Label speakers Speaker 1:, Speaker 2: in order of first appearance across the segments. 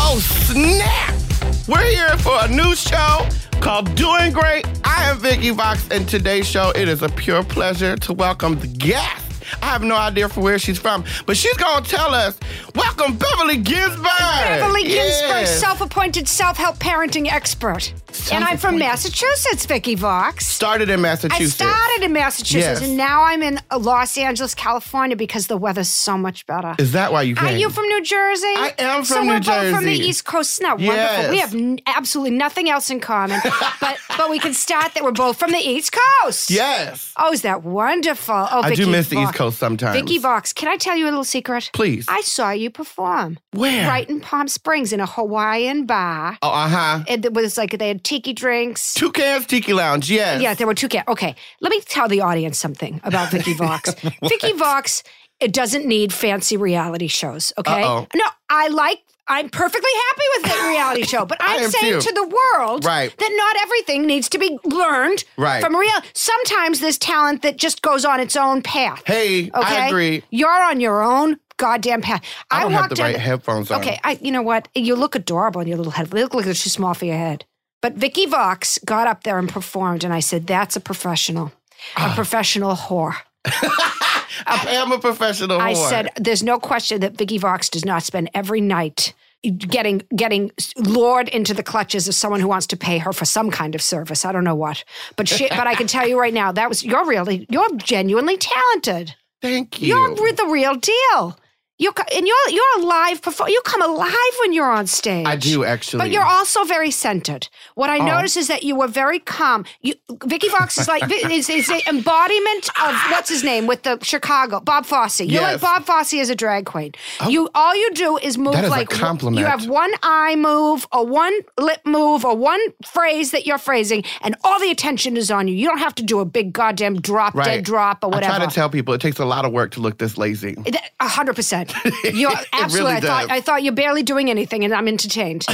Speaker 1: Oh, snap! We're here for a new show called Doing Great. I am Vicky Vox, and today's show, it is a pure pleasure to welcome the guest. I have no idea from where she's from, but she's gonna tell us. Welcome, Beverly Ginsburg.
Speaker 2: Beverly Ginsburg,
Speaker 1: Yes.
Speaker 2: self-appointed self-help parenting expert. And I'm from
Speaker 1: Self-appointed.
Speaker 2: Massachusetts, Vicky Vox.
Speaker 1: started in
Speaker 2: I
Speaker 1: Massachusetts.
Speaker 2: started in
Speaker 1: Yes.
Speaker 2: Massachusetts and now I'm in Los Angeles, California because the weather's so much better.
Speaker 1: Is that why you came?
Speaker 2: Are you from New Jersey?
Speaker 1: I am
Speaker 2: so
Speaker 1: from
Speaker 2: we're
Speaker 1: New
Speaker 2: both from the
Speaker 1: Jersey.
Speaker 2: East Coast. Isn't that
Speaker 1: Yes.
Speaker 2: wonderful? We have n- absolutely nothing else in common, but but we can start that we're both from the East Coast.
Speaker 1: Yes.
Speaker 2: Oh, is that wonderful? Oh,
Speaker 1: I do
Speaker 2: Vicky
Speaker 1: miss the
Speaker 2: Vox.
Speaker 1: East Coast sometimes.
Speaker 2: Vicky Vox, can I tell you a little secret?
Speaker 1: Please.
Speaker 2: I saw you perform.
Speaker 1: Where?
Speaker 2: Right in Palm Springs in a Hawaiian bar.
Speaker 1: Oh, uh huh.
Speaker 2: And It was like they had tiki drinks.
Speaker 1: Two Cans Tiki Lounge. Yes.
Speaker 2: Yeah, there were two cats. Okay, let me tell the audience something about Vicky Vox. Vicky Vox, it doesn't need fancy reality shows. Okay,
Speaker 1: Uh-oh.
Speaker 2: no, I like. I'm perfectly happy with the reality show, but
Speaker 1: I
Speaker 2: I'm
Speaker 1: am
Speaker 2: saying
Speaker 1: too.
Speaker 2: to the world
Speaker 1: Right.
Speaker 2: that not everything needs to be learned
Speaker 1: Right.
Speaker 2: from real. Sometimes there's talent that just goes on its own path.
Speaker 1: Hey, I
Speaker 2: okay?
Speaker 1: agree.
Speaker 2: You're on your own goddamn path.
Speaker 1: I don't have
Speaker 2: walked
Speaker 1: the
Speaker 2: in-
Speaker 1: right headphones on.
Speaker 2: Okay, I, you know what? You look adorable in your little head. You look like it's too small for your head. But Vicky Vox got up there and performed, and I said, "That's a professional, a professional whore."
Speaker 1: I am a professional.
Speaker 2: I
Speaker 1: whore.
Speaker 2: said, "There's no question that Vicky Vox does not spend every night." Getting getting lured into the clutches of someone who wants to pay her for some kind of service. I don't know what, but she, but I can tell you right now that was you're really you're genuinely talented.
Speaker 1: Thank you.
Speaker 2: You're with the real deal. You co- and you're you're alive before you come alive when you're on stage.
Speaker 1: I do actually.
Speaker 2: But you're also very centered. What I noticed is that you were very calm. You, Vicky Fox is like is, is the embodiment of what's his name with the Chicago Bob Fosse. You're
Speaker 1: Yes. Oh.
Speaker 2: like Bob Fosse as a drag queen. You all you do is move
Speaker 1: That is a
Speaker 2: like
Speaker 1: compliment.
Speaker 2: You have one eye move or one lip move or one phrase that you're phrasing, and all the attention is on you. You don't have to do a big goddamn drop
Speaker 1: right.
Speaker 2: dead drop or whatever.
Speaker 1: I try to tell people it takes a lot of work to look this lazy.
Speaker 2: That- A hundred percent. You're absolutely. I
Speaker 1: really
Speaker 2: thought
Speaker 1: does.
Speaker 2: I thought you're barely doing anything, and I'm entertained.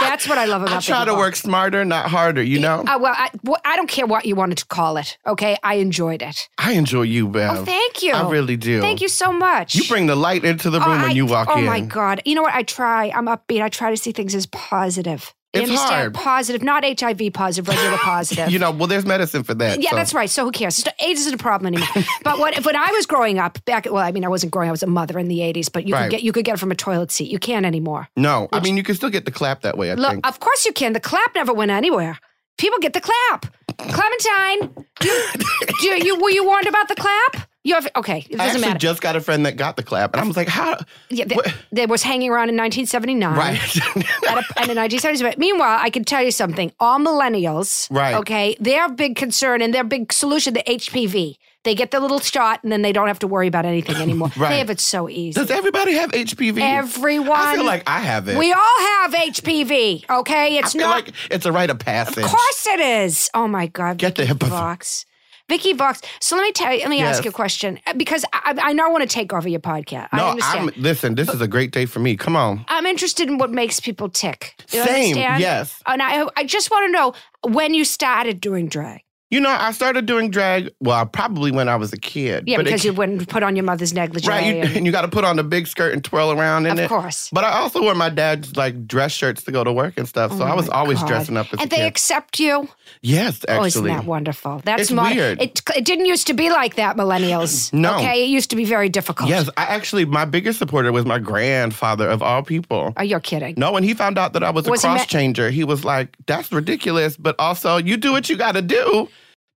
Speaker 2: That's what I love about.
Speaker 1: I try to
Speaker 2: Biggie
Speaker 1: work smarter, not harder. You know,
Speaker 2: Bob. Uh, well, I, well, I don't care what you wanted to call it. Okay, I enjoyed it.
Speaker 1: I enjoy you, Bev.
Speaker 2: Oh, thank you.
Speaker 1: I really do.
Speaker 2: Thank you so much.
Speaker 1: You bring the light into the room
Speaker 2: Oh,
Speaker 1: when
Speaker 2: I-
Speaker 1: you walk
Speaker 2: oh
Speaker 1: in.
Speaker 2: my God! You know what? I try. I'm upbeat. I try to see things as positive. You
Speaker 1: It's hard.
Speaker 2: understand? Positive, not HIV positive, regular positive.
Speaker 1: You know, well, there's medicine for that.
Speaker 2: Yeah,
Speaker 1: so-
Speaker 2: that's right. So who cares? It's not- AIDS isn't a problem anymore. but what, when I was growing up, back well, I mean, I wasn't growing. I was a mother in the '80s, but you
Speaker 1: Right.
Speaker 2: could get you could get it from a toilet seat. You can't anymore.
Speaker 1: No, I mean you can still get the clap that way. I
Speaker 2: Look,
Speaker 1: think.
Speaker 2: of course you can. The clap never went anywhere. People get the clap. Clementine, you, do you were you warned about the clap? You have okay. It
Speaker 1: I
Speaker 2: doesn't
Speaker 1: actually
Speaker 2: matter.
Speaker 1: just got a friend that got the clap, and I was like, "How?"
Speaker 2: yeah, they,
Speaker 1: what-
Speaker 2: they was hanging around in 1979.
Speaker 1: right.
Speaker 2: at a, at a 1970s event. Meanwhile, I can tell you something. All millennials,
Speaker 1: Right.
Speaker 2: Okay, their big concern and their big solution, the HPV. They get the little shot, and then they don't have to worry about anything anymore.
Speaker 1: Right.
Speaker 2: They have it so easy.
Speaker 1: Does everybody have HPV?
Speaker 2: Everyone.
Speaker 1: I feel like I have it.
Speaker 2: We all have HPV. Okay, it's
Speaker 1: I feel
Speaker 2: not.
Speaker 1: like it's a rite of passage.
Speaker 2: of course, it is. Oh my God,
Speaker 1: Get the
Speaker 2: Vicky
Speaker 1: hip of-
Speaker 2: Vox. Vicky Vox. So let me tell you. Let me
Speaker 1: Yes.
Speaker 2: ask you a question uh, because I, I now want to take over your podcast.
Speaker 1: No,
Speaker 2: I understand.
Speaker 1: am listen. This is a great day for me. Come on.
Speaker 2: I'm interested in what makes people tick. You
Speaker 1: Same,
Speaker 2: understand?
Speaker 1: yes.
Speaker 2: And I, I just want to know when you started doing drag.
Speaker 1: You know, I started doing drag. Well, probably when I was a kid.
Speaker 2: Yeah,
Speaker 1: but it-
Speaker 2: because you wouldn't put on your mother's negligee.
Speaker 1: right. You,
Speaker 2: and-
Speaker 1: and you got to put on the big skirt and twirl around in
Speaker 2: of
Speaker 1: it.
Speaker 2: course.
Speaker 1: But I also wore my dad's like dress shirts to go to work and stuff. So I was always
Speaker 2: Oh God.
Speaker 1: dressing up as
Speaker 2: and
Speaker 1: a
Speaker 2: they
Speaker 1: kid.
Speaker 2: accept you.
Speaker 1: yes,
Speaker 2: Oh, isn't
Speaker 1: actually.
Speaker 2: that wonderful? That's
Speaker 1: It's
Speaker 2: mod-
Speaker 1: weird.
Speaker 2: It, it didn't used to be like that, millennials.
Speaker 1: No.
Speaker 2: Okay, it used to be very difficult.
Speaker 1: yes, I actually my biggest supporter was my grandfather of all people.
Speaker 2: Oh, you're kidding.
Speaker 1: No, when he found out that I was a
Speaker 2: Was he ma-
Speaker 1: cross changer, he was like, "That's ridiculous." But also, you do what you got to do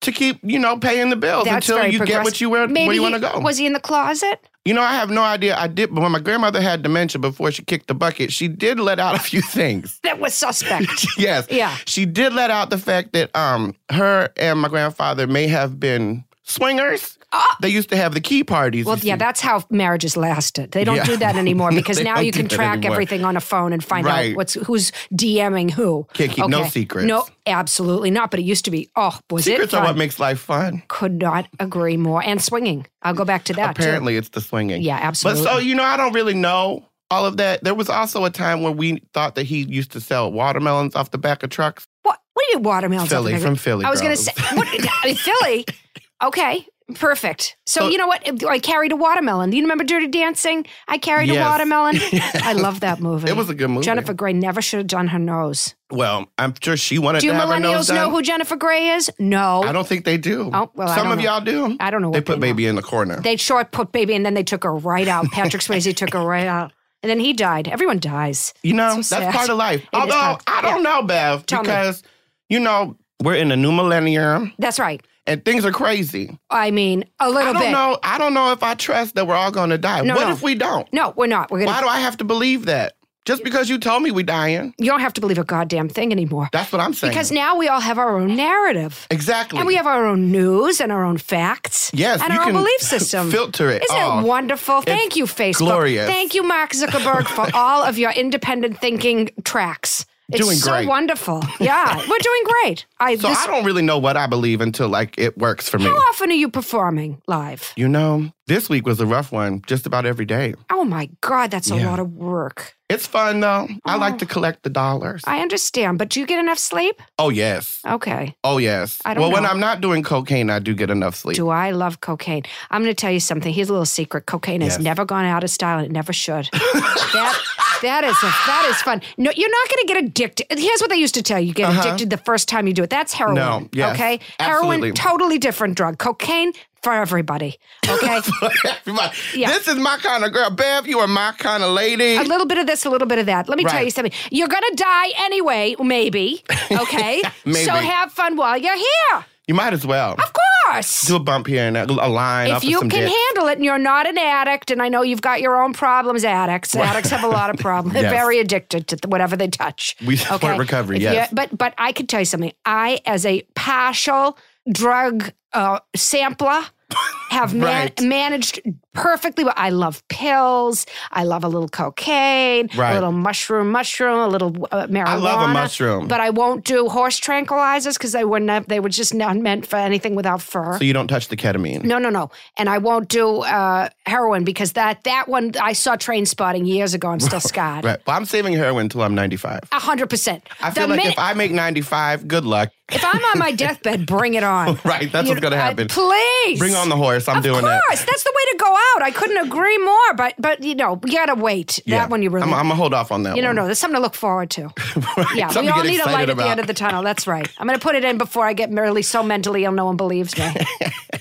Speaker 1: to keep, you know, paying the bills
Speaker 2: That's
Speaker 1: until
Speaker 2: very
Speaker 1: you get
Speaker 2: progress-
Speaker 1: what you wear,
Speaker 2: Maybe
Speaker 1: where you
Speaker 2: he-
Speaker 1: want to go.
Speaker 2: Was he in the closet?
Speaker 1: you know, I have no idea. I did, but when my grandmother had dementia before she kicked the bucket, she did let out a few things.
Speaker 2: That was suspect.
Speaker 1: yes.
Speaker 2: Yeah.
Speaker 1: She did let out the fact that um her and my grandfather may have been swingers. They used to have the key parties.
Speaker 2: Ah. Well,
Speaker 1: you
Speaker 2: yeah,
Speaker 1: see.
Speaker 2: that's how marriages lasted. They don't
Speaker 1: Yeah.
Speaker 2: do that anymore because
Speaker 1: they
Speaker 2: now
Speaker 1: don't
Speaker 2: you
Speaker 1: do
Speaker 2: can
Speaker 1: that
Speaker 2: track
Speaker 1: anymore.
Speaker 2: everything on a phone and find
Speaker 1: Right.
Speaker 2: out what's who's DMing who.
Speaker 1: Can't keep no secrets.
Speaker 2: No, absolutely not. But it used to be. Oh, was
Speaker 1: secrets
Speaker 2: it?
Speaker 1: are
Speaker 2: Fun?
Speaker 1: what makes life fun.
Speaker 2: Could not agree more. And swinging. I'll go back to that. too.
Speaker 1: Apparently, it's the swinging.
Speaker 2: Yeah, absolutely.
Speaker 1: But so you know, I don't really know all of that. There was also a time when we thought that he used to sell watermelons off the back of trucks.
Speaker 2: What? What do you watermelons?
Speaker 1: Philly
Speaker 2: off the-
Speaker 1: from Philly.
Speaker 2: I was
Speaker 1: girl.
Speaker 2: going to say what, Philly. Okay, perfect. So,
Speaker 1: So-
Speaker 2: you know what? I carried a watermelon. You remember Dirty Dancing? I carried a
Speaker 1: Yes.
Speaker 2: watermelon. I love that movie.
Speaker 1: It was a good movie.
Speaker 2: Jennifer Grey never should have done her nose.
Speaker 1: Well, I'm sure she wanted
Speaker 2: Do
Speaker 1: to have her nose
Speaker 2: millennials
Speaker 1: done.
Speaker 2: know who Jennifer Grey is? No.
Speaker 1: I don't think they do.
Speaker 2: Oh, well, I
Speaker 1: some
Speaker 2: don't
Speaker 1: of
Speaker 2: know.
Speaker 1: y'all do.
Speaker 2: I don't know
Speaker 1: They
Speaker 2: what
Speaker 1: put
Speaker 2: they
Speaker 1: baby in the corner.
Speaker 2: They short put baby, and then they took her right out. Patrick Swayze took her right out, and then he died. Everyone dies.
Speaker 1: you know,
Speaker 2: so sad.
Speaker 1: that's part of life.
Speaker 2: is
Speaker 1: Although
Speaker 2: part-
Speaker 1: I don't know, Bev,
Speaker 2: Tell me.
Speaker 1: because you know we're in a new millennium
Speaker 2: That's right.
Speaker 1: and things are crazy.
Speaker 2: I mean, a
Speaker 1: I
Speaker 2: little
Speaker 1: don't
Speaker 2: bit.
Speaker 1: know. I don't know if I trust that we're all going to die.
Speaker 2: Oh, No,
Speaker 1: what
Speaker 2: no.
Speaker 1: if we don't?
Speaker 2: No, we're not. We're gonna.
Speaker 1: Why do I have to believe that? Just because you told me we're dying,
Speaker 2: you don't have to believe a goddamn thing anymore
Speaker 1: that's what I'm saying.
Speaker 2: because now we all have our own narrative,
Speaker 1: exactly.
Speaker 2: and we have our own news and our own facts.
Speaker 1: Yes,
Speaker 2: and
Speaker 1: you
Speaker 2: our own
Speaker 1: can
Speaker 2: belief system.
Speaker 1: filter it
Speaker 2: Isn't
Speaker 1: all.
Speaker 2: it wonderful? Thank you, Facebook.
Speaker 1: glorious.
Speaker 2: Thank you, Mark Zuckerberg, for all of your independent thinking tracks. It's
Speaker 1: Doing
Speaker 2: so
Speaker 1: great.
Speaker 2: wonderful. Yeah, we're doing great. I,
Speaker 1: so
Speaker 2: this,
Speaker 1: I don't really know what I believe until like it works for me.
Speaker 2: how often are you performing live?
Speaker 1: You know, this week was a rough one. Just about every day.
Speaker 2: Oh my God, that's a
Speaker 1: Yeah.
Speaker 2: lot of work.
Speaker 1: It's fun though. I like to collect the dollars.
Speaker 2: Oh. I understand, but do you get enough sleep?
Speaker 1: oh yes.
Speaker 2: Okay.
Speaker 1: Oh yes.
Speaker 2: I don't
Speaker 1: well, when
Speaker 2: know.
Speaker 1: I'm not doing cocaine, I do get enough sleep.
Speaker 2: Do I love cocaine? I'm going to tell you something. Here's a little secret. Cocaine
Speaker 1: Yes.
Speaker 2: has never gone out of style and it never should. that, that is a, that is fun. No, you're not going to get addicted. Here's what they used to tell you. You get addicted the first time you do it. That's heroin.
Speaker 1: Uh-huh. No, yes.
Speaker 2: Okay?
Speaker 1: Absolutely.
Speaker 2: Heroin, totally different drug. Cocaine for everybody. Okay?
Speaker 1: Everybody,
Speaker 2: Yeah.
Speaker 1: This is my kind of girl. Bev, you are my kind of lady.
Speaker 2: a little bit of this, a little bit of that. Let me tell
Speaker 1: Right.
Speaker 2: you something. You're going to die anyway, maybe. Okay?
Speaker 1: Maybe.
Speaker 2: So have fun while you're here.
Speaker 1: you might as well.
Speaker 2: Of course.
Speaker 1: Do a bump here and a a line up
Speaker 2: If
Speaker 1: with
Speaker 2: you
Speaker 1: some
Speaker 2: can
Speaker 1: dick.
Speaker 2: handle it and you're not an addict, and I know you've got your own problems, addicts. Addicts have a lot of problems. They're
Speaker 1: Yes.
Speaker 2: very addicted to th- whatever they touch.
Speaker 1: We support recovery,
Speaker 2: you're-
Speaker 1: yes.
Speaker 2: But, but I can tell you something. I, as a partial drug uh, sampler, have man-
Speaker 1: Right.
Speaker 2: managed perfectly well. I love pills. I love a little cocaine,
Speaker 1: Right.
Speaker 2: a little mushroom, mushroom, a little uh, marijuana. I
Speaker 1: love a mushroom.
Speaker 2: But I won't do horse tranquilizers because they wouldn't have, they were just not meant for anything without fur.
Speaker 1: so you don't touch the ketamine.
Speaker 2: No, no, no. And I won't do uh, heroin because that that one I saw train spotting years ago. I'm still scarred.
Speaker 1: Right. Well, I'm saving heroin until I'm 95.
Speaker 2: A hundred percent.
Speaker 1: I feel like if I make 95, good luck.
Speaker 2: if I'm on my deathbed, bring it on.
Speaker 1: Right, that's what's gonna
Speaker 2: uh,
Speaker 1: happen.
Speaker 2: please
Speaker 1: Bring on the horse. I'm
Speaker 2: Of
Speaker 1: doing
Speaker 2: course,
Speaker 1: that.
Speaker 2: that's the way to go out. I couldn't agree more. But but you know, you gotta wait.
Speaker 1: Yeah.
Speaker 2: That one you really.
Speaker 1: I'm, I'm gonna hold off on that.
Speaker 2: you
Speaker 1: one.
Speaker 2: don't know. There's something to look forward to. Yeah,
Speaker 1: Something
Speaker 2: we
Speaker 1: to
Speaker 2: all
Speaker 1: get
Speaker 2: need a light
Speaker 1: excited
Speaker 2: at the end
Speaker 1: about.
Speaker 2: of the tunnel. That's right. I'm going to put it in before I get merely so mentally ill no one believes me.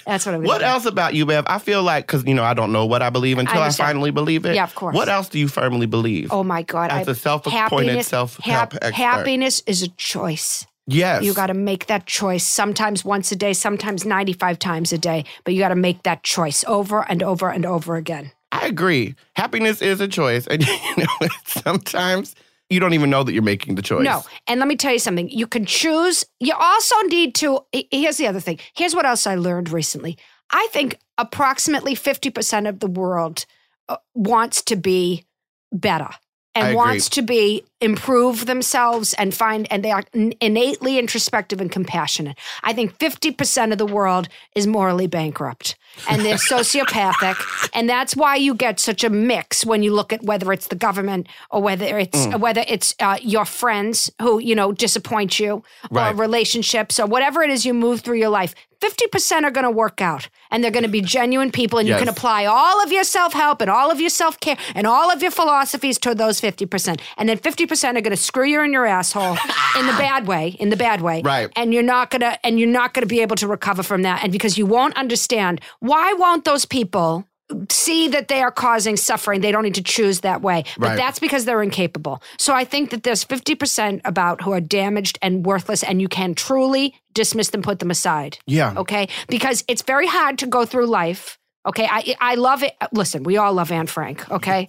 Speaker 2: That's what I'm. gonna
Speaker 1: What
Speaker 2: do.
Speaker 1: else about you, Bev? I feel like because you know I don't know what I believe until I,
Speaker 2: understand.
Speaker 1: finally believe it.
Speaker 2: Yeah, of course.
Speaker 1: What else do you firmly believe?
Speaker 2: Oh my God!
Speaker 1: As
Speaker 2: I-
Speaker 1: a self-appointed
Speaker 2: happiness-
Speaker 1: self-help expert.
Speaker 2: Happiness is a choice.
Speaker 1: yes,
Speaker 2: You got to make that choice sometimes once a day, sometimes 95 times a day, but you got to make that choice over and over and over again.
Speaker 1: I agree. Happiness is a choice, and you know sometimes you don't even know that you're making the choice.
Speaker 2: No. And let me tell you something. You can choose. You also need to. he- Here's the other thing. Here's what else I learned recently. I think approximately 50% of the world uh, wants to be better
Speaker 1: I
Speaker 2: and
Speaker 1: agree.
Speaker 2: wants to be improve themselves and find and they are n- innately introspective and compassionate. I think 50% of the world is morally bankrupt and they're sociopathic and that's why you get such a mix when you look at whether it's the government or whether it's
Speaker 1: Mm.
Speaker 2: whether it's uh, your friends who you know disappoint you
Speaker 1: Right.
Speaker 2: or relationships or whatever it is you move through your life. 50% are going to work out and they're going to be genuine people and
Speaker 1: Yes.
Speaker 2: you can apply all of your self-help and all of your self-care and all of your philosophies to those 50% and then 50% are going to screw you in your asshole in the bad way in the bad way
Speaker 1: Right.
Speaker 2: and you're not going to and you're not going to be able to recover from that and because you won't understand why won't those people see that they are causing suffering they don't need to choose that way but
Speaker 1: Right.
Speaker 2: that's because they're incapable so i think that there's 50% about who are damaged and worthless and you can truly dismiss them put them aside
Speaker 1: Yeah.
Speaker 2: okay because it's very hard to go through life okay i i love it listen we all love anne frank okay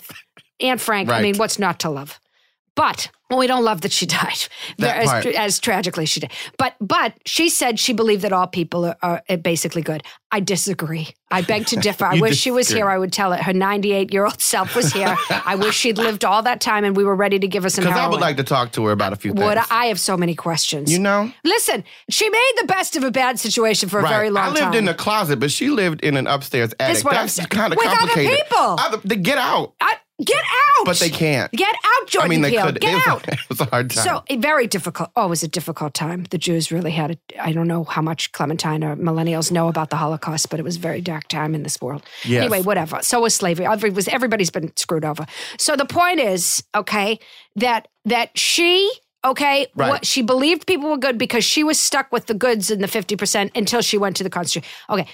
Speaker 2: anne frank i
Speaker 1: Right.
Speaker 2: mean what's not to love but well, we don't love that she died
Speaker 1: That
Speaker 2: as,
Speaker 1: part.
Speaker 2: as tragically she did but but she said she believed that all people are, are basically good i disagree i beg to differ i
Speaker 1: You
Speaker 2: wish she was
Speaker 1: disagree.
Speaker 2: here i would tell it her 98 year old self was here i wish she'd lived all that time and we were ready to give her some
Speaker 1: because
Speaker 2: heroin
Speaker 1: I would like to talk to her about a few things.
Speaker 2: would I, I have so many questions
Speaker 1: you know,
Speaker 2: listen she made the best of a bad situation for a very long
Speaker 1: I lived
Speaker 2: time
Speaker 1: in a closet, but she lived in an upstairs attic.
Speaker 2: what I'm
Speaker 1: That's
Speaker 2: saying.
Speaker 1: kind of
Speaker 2: With other
Speaker 1: complicated.
Speaker 2: people.
Speaker 1: Other- to get out.
Speaker 2: I, Get out.
Speaker 1: But they can't.
Speaker 2: Get out,
Speaker 1: I
Speaker 2: Jordan
Speaker 1: mean, they
Speaker 2: Peele.
Speaker 1: could.
Speaker 2: Get
Speaker 1: it was,
Speaker 2: out.
Speaker 1: It was a hard time.
Speaker 2: So it- very difficult. Oh, it was a difficult time. The Jews really had it. I don't know how much Clementine or millennials know about the Holocaust, but it was a very dark time in this world.
Speaker 1: Yes.
Speaker 2: Anyway, whatever. So was slavery. Every, was, everybody's been screwed over. So the point is, okay, that that she. Okay,
Speaker 1: Right.
Speaker 2: what, she believed people were good because she was stuck with the goods in the 50% until she went to the constitution. Okay,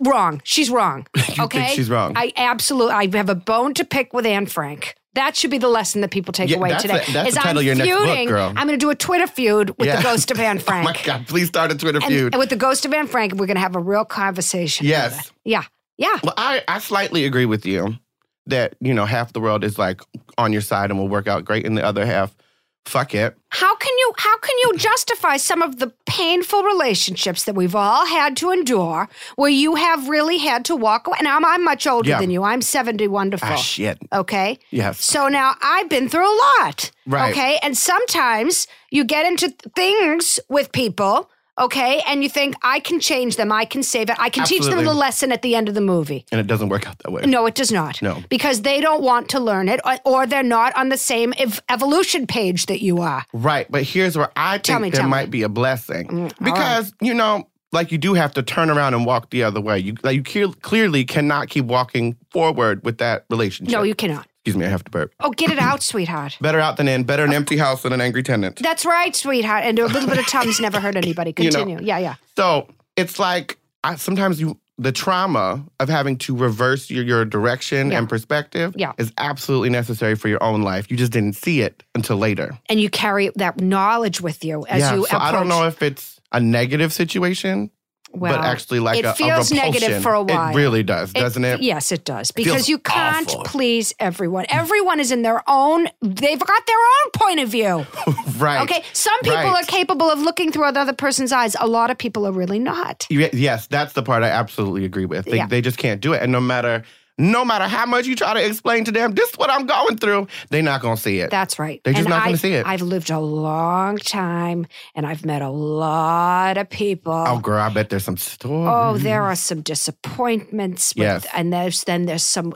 Speaker 2: wrong. She's wrong. okay,
Speaker 1: she's wrong?
Speaker 2: I absolutely, I have a bone to pick with Anne Frank. That should be the lesson that people take
Speaker 1: Yeah,
Speaker 2: away
Speaker 1: that's
Speaker 2: today.
Speaker 1: a- that's
Speaker 2: is
Speaker 1: the title
Speaker 2: I'm
Speaker 1: of your next book,
Speaker 2: feuding.
Speaker 1: girl.
Speaker 2: I'm going to do a Twitter feud with
Speaker 1: Yeah.
Speaker 2: the ghost of Anne
Speaker 1: oh
Speaker 2: Frank.
Speaker 1: my God, please start a Twitter
Speaker 2: and,
Speaker 1: feud.
Speaker 2: and with the ghost of Anne Frank, we're going to have a real conversation.
Speaker 1: Yes.
Speaker 2: about it. Yeah. Yeah.
Speaker 1: Well, I, I slightly agree with you that, you know, half the world is like on your side and will work out great, and the other half, fuck it.
Speaker 2: How can you how can you justify some of the painful relationships that we've all had to endure where you have really had to walk away? Now I'm, I'm much older
Speaker 1: Yeah.
Speaker 2: than you. I'm 70 wonderful.
Speaker 1: Ah, shit.
Speaker 2: okay?
Speaker 1: Yes.
Speaker 2: So now I've been through a lot.
Speaker 1: Right.
Speaker 2: Okay. And sometimes you get into th- things with people, okay, and you think, I can change them, I can save it, I can teach them
Speaker 1: Absolutely.
Speaker 2: the lesson at the end of the movie.
Speaker 1: And it doesn't work out that way.
Speaker 2: No, it does not.
Speaker 1: No.
Speaker 2: Because they don't want to learn it or, or they're not on the same ev- evolution page that you are.
Speaker 1: Right. But here's where I think
Speaker 2: me,
Speaker 1: there
Speaker 2: tell me. Mm,
Speaker 1: might be a blessing
Speaker 2: all
Speaker 1: because, you know, like you do have to turn around and walk the other way. You like you clear, clearly cannot keep walking forward with that relationship.
Speaker 2: No, you cannot.
Speaker 1: Excuse me, I have to burp.
Speaker 2: Oh, get it out, sweetheart.
Speaker 1: Better out than in. Better an empty house than an angry tenant.
Speaker 2: That's right, sweetheart. And a little bit of Tums never hurt anybody.
Speaker 1: You know.
Speaker 2: Continue. Yeah, yeah.
Speaker 1: So it's like I, sometimes you the trauma of having to reverse your, your direction
Speaker 2: Yeah.
Speaker 1: and perspective
Speaker 2: Yeah.
Speaker 1: is absolutely necessary for your own life. You just didn't see it until later.
Speaker 2: And you carry that knowledge with you as
Speaker 1: yeah.
Speaker 2: you
Speaker 1: so I don't
Speaker 2: approach-
Speaker 1: know if it's a negative situation,
Speaker 2: Well,
Speaker 1: but actually like
Speaker 2: it
Speaker 1: a, a
Speaker 2: feels negative
Speaker 1: repulsion.
Speaker 2: for a while.
Speaker 1: It really does,
Speaker 2: It-
Speaker 1: doesn't it?
Speaker 2: Yes, it does.
Speaker 1: feels
Speaker 2: Because you can't
Speaker 1: awful.
Speaker 2: please everyone. Everyone is in their own, they've got their own point of view.
Speaker 1: Right.
Speaker 2: Okay. Some people
Speaker 1: Right.
Speaker 2: are capable of looking through another person's eyes. A lot of people are really not.
Speaker 1: Ye- Yes, that's the part I absolutely agree with. They,
Speaker 2: Yeah.
Speaker 1: they just can't do it, and no matter no matter how much you try to explain to them, this is what I'm going through, they're not gonna see it.
Speaker 2: That's right.
Speaker 1: They're just
Speaker 2: And
Speaker 1: not gonna
Speaker 2: I-
Speaker 1: see it.
Speaker 2: I've lived a long time and I've met a lot of people.
Speaker 1: oh, girl, I bet there's some stories.
Speaker 2: Oh, there are some disappointments, with,
Speaker 1: Mm. Yes.
Speaker 2: and there's then there's some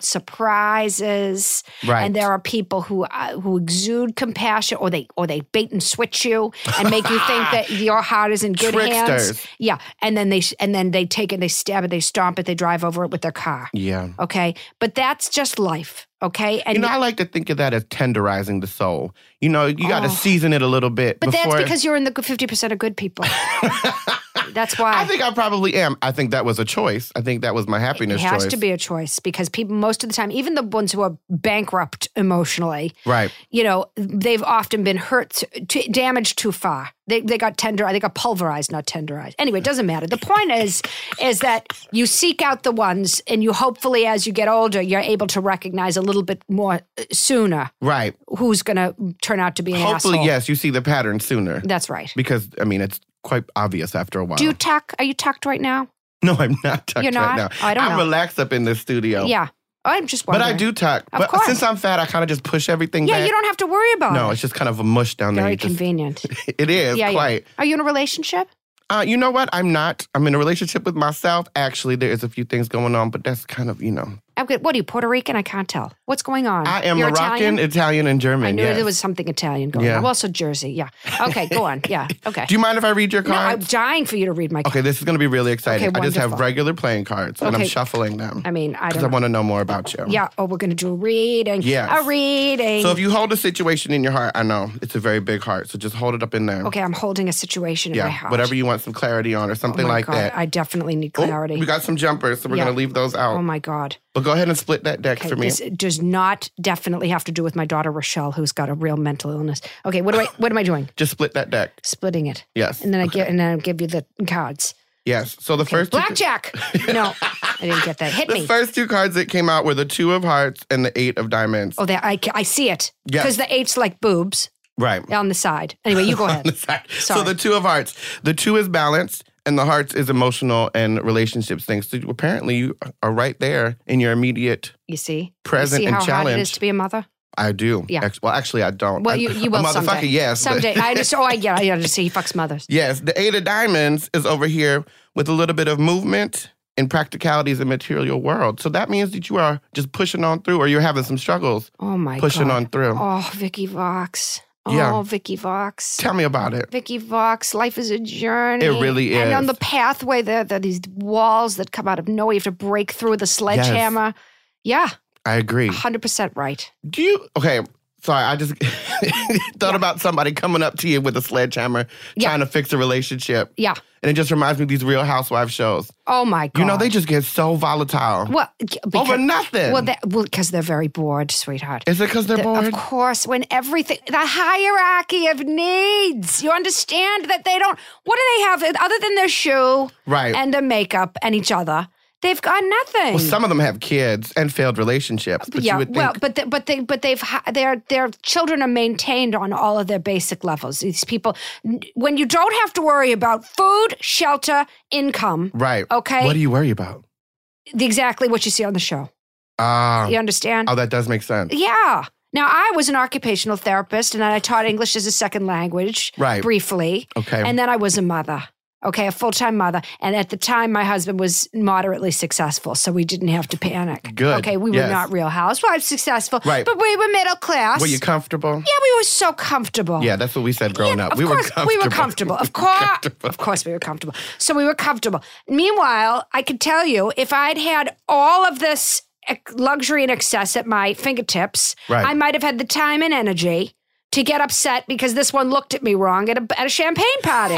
Speaker 2: surprises,
Speaker 1: Right.
Speaker 2: and there are people who uh, who exude compassion, or they or they bait and switch you and make you think that your heart is in good
Speaker 1: Tricksters.
Speaker 2: hands. Yeah, and then they s- and then they take it, they stab it, they stomp it, they drive over it with their car.
Speaker 1: Yeah.
Speaker 2: Okay, but that's just life. Okay, and
Speaker 1: You know, I like to think of that as tenderizing the soul. You know, you got to
Speaker 2: Oh.
Speaker 1: season it a little bit. before
Speaker 2: but that's because you're in the fifty percent of good people. that's why
Speaker 1: I think I probably am. I think that was a choice. I think that was my happiness
Speaker 2: It has
Speaker 1: choice.
Speaker 2: to be a choice because people, most of the time, even the ones who are bankrupt emotionally,
Speaker 1: Right.
Speaker 2: you know, they've often been hurt, t- damaged too far. They, they got tender, they got pulverized, not tenderized. Anyway, it doesn't matter. The point is, is that you seek out the ones, and you hopefully, as you get older, you're able to recognize a little bit more uh, sooner
Speaker 1: Right.
Speaker 2: who's going to turn out to be an
Speaker 1: Hopefully,
Speaker 2: asshole.
Speaker 1: yes, you see the pattern sooner
Speaker 2: That's right.
Speaker 1: because I mean it's quite obvious after a while.
Speaker 2: Do you tuck? Are you tucked right now?
Speaker 1: no, I'm not tucked
Speaker 2: You're
Speaker 1: right
Speaker 2: not?
Speaker 1: now.
Speaker 2: I don't
Speaker 1: am
Speaker 2: know.
Speaker 1: relaxed up in this studio.
Speaker 2: Yeah. I'm just
Speaker 1: But
Speaker 2: wondering.
Speaker 1: I do tuck.
Speaker 2: Of
Speaker 1: but
Speaker 2: course.
Speaker 1: since I'm fat, I kind of just push everything
Speaker 2: Yeah,
Speaker 1: back.
Speaker 2: you don't have to worry about
Speaker 1: no,
Speaker 2: it.
Speaker 1: it's just kind of a mush down there.
Speaker 2: Very
Speaker 1: You just-
Speaker 2: convenient.
Speaker 1: it is
Speaker 2: Yeah, yeah.
Speaker 1: quite.
Speaker 2: Are you in a relationship?
Speaker 1: Uh, you know what? I'm not. I'm in a relationship with myself. Actually, there is a few things going on, but that's kind of you know.
Speaker 2: I'm good. What are you, Puerto Rican? I can't tell. What's going on?
Speaker 1: I am
Speaker 2: You're
Speaker 1: Moroccan, Italian,
Speaker 2: Italian?
Speaker 1: and German.
Speaker 2: I knew
Speaker 1: yes.
Speaker 2: there was something Italian going
Speaker 1: Yeah.
Speaker 2: on. I'm also Jersey. Yeah. Okay, go on. Yeah. Okay.
Speaker 1: Do you mind if I read your
Speaker 2: no, I'm
Speaker 1: cards?
Speaker 2: dying for you to read my.
Speaker 1: okay, this is going to be really exciting.
Speaker 2: Okay,
Speaker 1: I just have
Speaker 2: wonderful.
Speaker 1: regular playing cards, and I'm
Speaker 2: Okay.
Speaker 1: shuffling them
Speaker 2: I mean,
Speaker 1: because
Speaker 2: I
Speaker 1: I
Speaker 2: don't. know.
Speaker 1: want to know more about you.
Speaker 2: yeah. Oh, we're gonna do a reading.
Speaker 1: Yes.
Speaker 2: A reading.
Speaker 1: So if you hold a situation in your heart, I know it's a very big heart. So just hold it up in there.
Speaker 2: okay, I'm holding a situation in my
Speaker 1: Yeah.
Speaker 2: heart.
Speaker 1: Whatever you want some clarity on, or something
Speaker 2: oh my
Speaker 1: like
Speaker 2: God,
Speaker 1: that.
Speaker 2: I definitely need
Speaker 1: Oh,
Speaker 2: clarity.
Speaker 1: we got some jumpers, so we're
Speaker 2: Yeah.
Speaker 1: going to leave those out.
Speaker 2: oh my God.
Speaker 1: but go ahead and split that deck
Speaker 2: Okay,
Speaker 1: for me.
Speaker 2: This does not definitely have to do with my daughter Rochelle, who's got a real mental illness. Okay, what do I? What am I doing?
Speaker 1: just split that deck.
Speaker 2: Splitting it,
Speaker 1: Yes.
Speaker 2: and then I get and then I give you the cards.
Speaker 1: yes. So the first two-
Speaker 2: Blackjack. No, I didn't get that. Hit
Speaker 1: the
Speaker 2: me.
Speaker 1: first two cards that came out were the two of hearts and the eight of diamonds.
Speaker 2: Oh, there I, ca- I see it.
Speaker 1: Yes.
Speaker 2: Because the eight's like boobs
Speaker 1: Right.
Speaker 2: on the side. Anyway, you go ahead.
Speaker 1: Sorry. So
Speaker 2: Sorry.
Speaker 1: the two of hearts. The two is balanced, and the hearts is emotional and relationships things. So apparently, you are right there in your immediate
Speaker 2: You see,
Speaker 1: Present
Speaker 2: you see
Speaker 1: and
Speaker 2: how hard it is
Speaker 1: challenged.
Speaker 2: to be a mother.
Speaker 1: I do.
Speaker 2: Yeah.
Speaker 1: Act- well, actually, I don't.
Speaker 2: Well,
Speaker 1: I-
Speaker 2: you, you
Speaker 1: a
Speaker 2: will
Speaker 1: motherfucker,
Speaker 2: someday.
Speaker 1: yes. but-
Speaker 2: someday. I just oh I yeah I understand. He fucks mothers.
Speaker 1: yes. The eight of diamonds is over here with a little bit of movement in practicalities and material world. So that means that you are just pushing on through or you're having some struggles
Speaker 2: Oh my
Speaker 1: pushing
Speaker 2: God.
Speaker 1: on through.
Speaker 2: Oh, Vicky Vox. Oh,
Speaker 1: Yeah.
Speaker 2: Vicky Vox.
Speaker 1: Tell me about it.
Speaker 2: Vicky Vox, life is a journey.
Speaker 1: It really
Speaker 2: And on
Speaker 1: is.
Speaker 2: the pathway, there, there are these walls that come out of nowhere. You have to break through the sledgehammer.
Speaker 1: I agree.
Speaker 2: Yeah, 100% right.
Speaker 1: Do you okay? Sorry, I just thought about somebody coming up to you with a sledgehammer
Speaker 2: Yeah.
Speaker 1: trying to fix a relationship.
Speaker 2: Yeah.
Speaker 1: And it just reminds me of these real housewife shows.
Speaker 2: Oh my God.
Speaker 1: You know, they just get so volatile
Speaker 2: Well, c- because,
Speaker 1: over nothing.
Speaker 2: well, that, well, because they're very bored, sweetheart.
Speaker 1: Is it because they're
Speaker 2: The-
Speaker 1: bored?
Speaker 2: Of course, when everything, the hierarchy of needs. You understand that they don't, what do they have other than their shoe
Speaker 1: Right.
Speaker 2: and their makeup and each other? They've got nothing.
Speaker 1: well, some of them have kids and failed relationships, but
Speaker 2: Mm. yeah,
Speaker 1: you would think
Speaker 2: well, but they, but they but they've ha- their their children are maintained on all of their basic levels. These people, when you don't have to worry about food, shelter, income,
Speaker 1: right.
Speaker 2: okay.
Speaker 1: What do you worry about?
Speaker 2: exactly what you see on the show.
Speaker 1: Ah,
Speaker 2: You understand?
Speaker 1: oh, that does make sense.
Speaker 2: Yeah. Now, I was an occupational therapist and I taught English as a second language
Speaker 1: Right.
Speaker 2: briefly.
Speaker 1: Okay.
Speaker 2: And then I was a mother, okay, a full time mother. And at the time, my husband was moderately successful. So we didn't have to panic.
Speaker 1: Good.
Speaker 2: Okay. We
Speaker 1: Yes.
Speaker 2: were not real housewives successful,
Speaker 1: Right.
Speaker 2: but we were middle class.
Speaker 1: Were you comfortable?
Speaker 2: yeah, we were so comfortable.
Speaker 1: Yeah, that's what we said growing up.
Speaker 2: Of
Speaker 1: we were
Speaker 2: course,
Speaker 1: comfortable.
Speaker 2: we were comfortable. Of course, of course, we were comfortable. So we were comfortable. Meanwhile, I could tell you, if I'd had all of this ec- luxury and excess at my fingertips,
Speaker 1: Right.
Speaker 2: I might have had the time and energy to get upset because this one looked at me wrong at a, at a champagne party.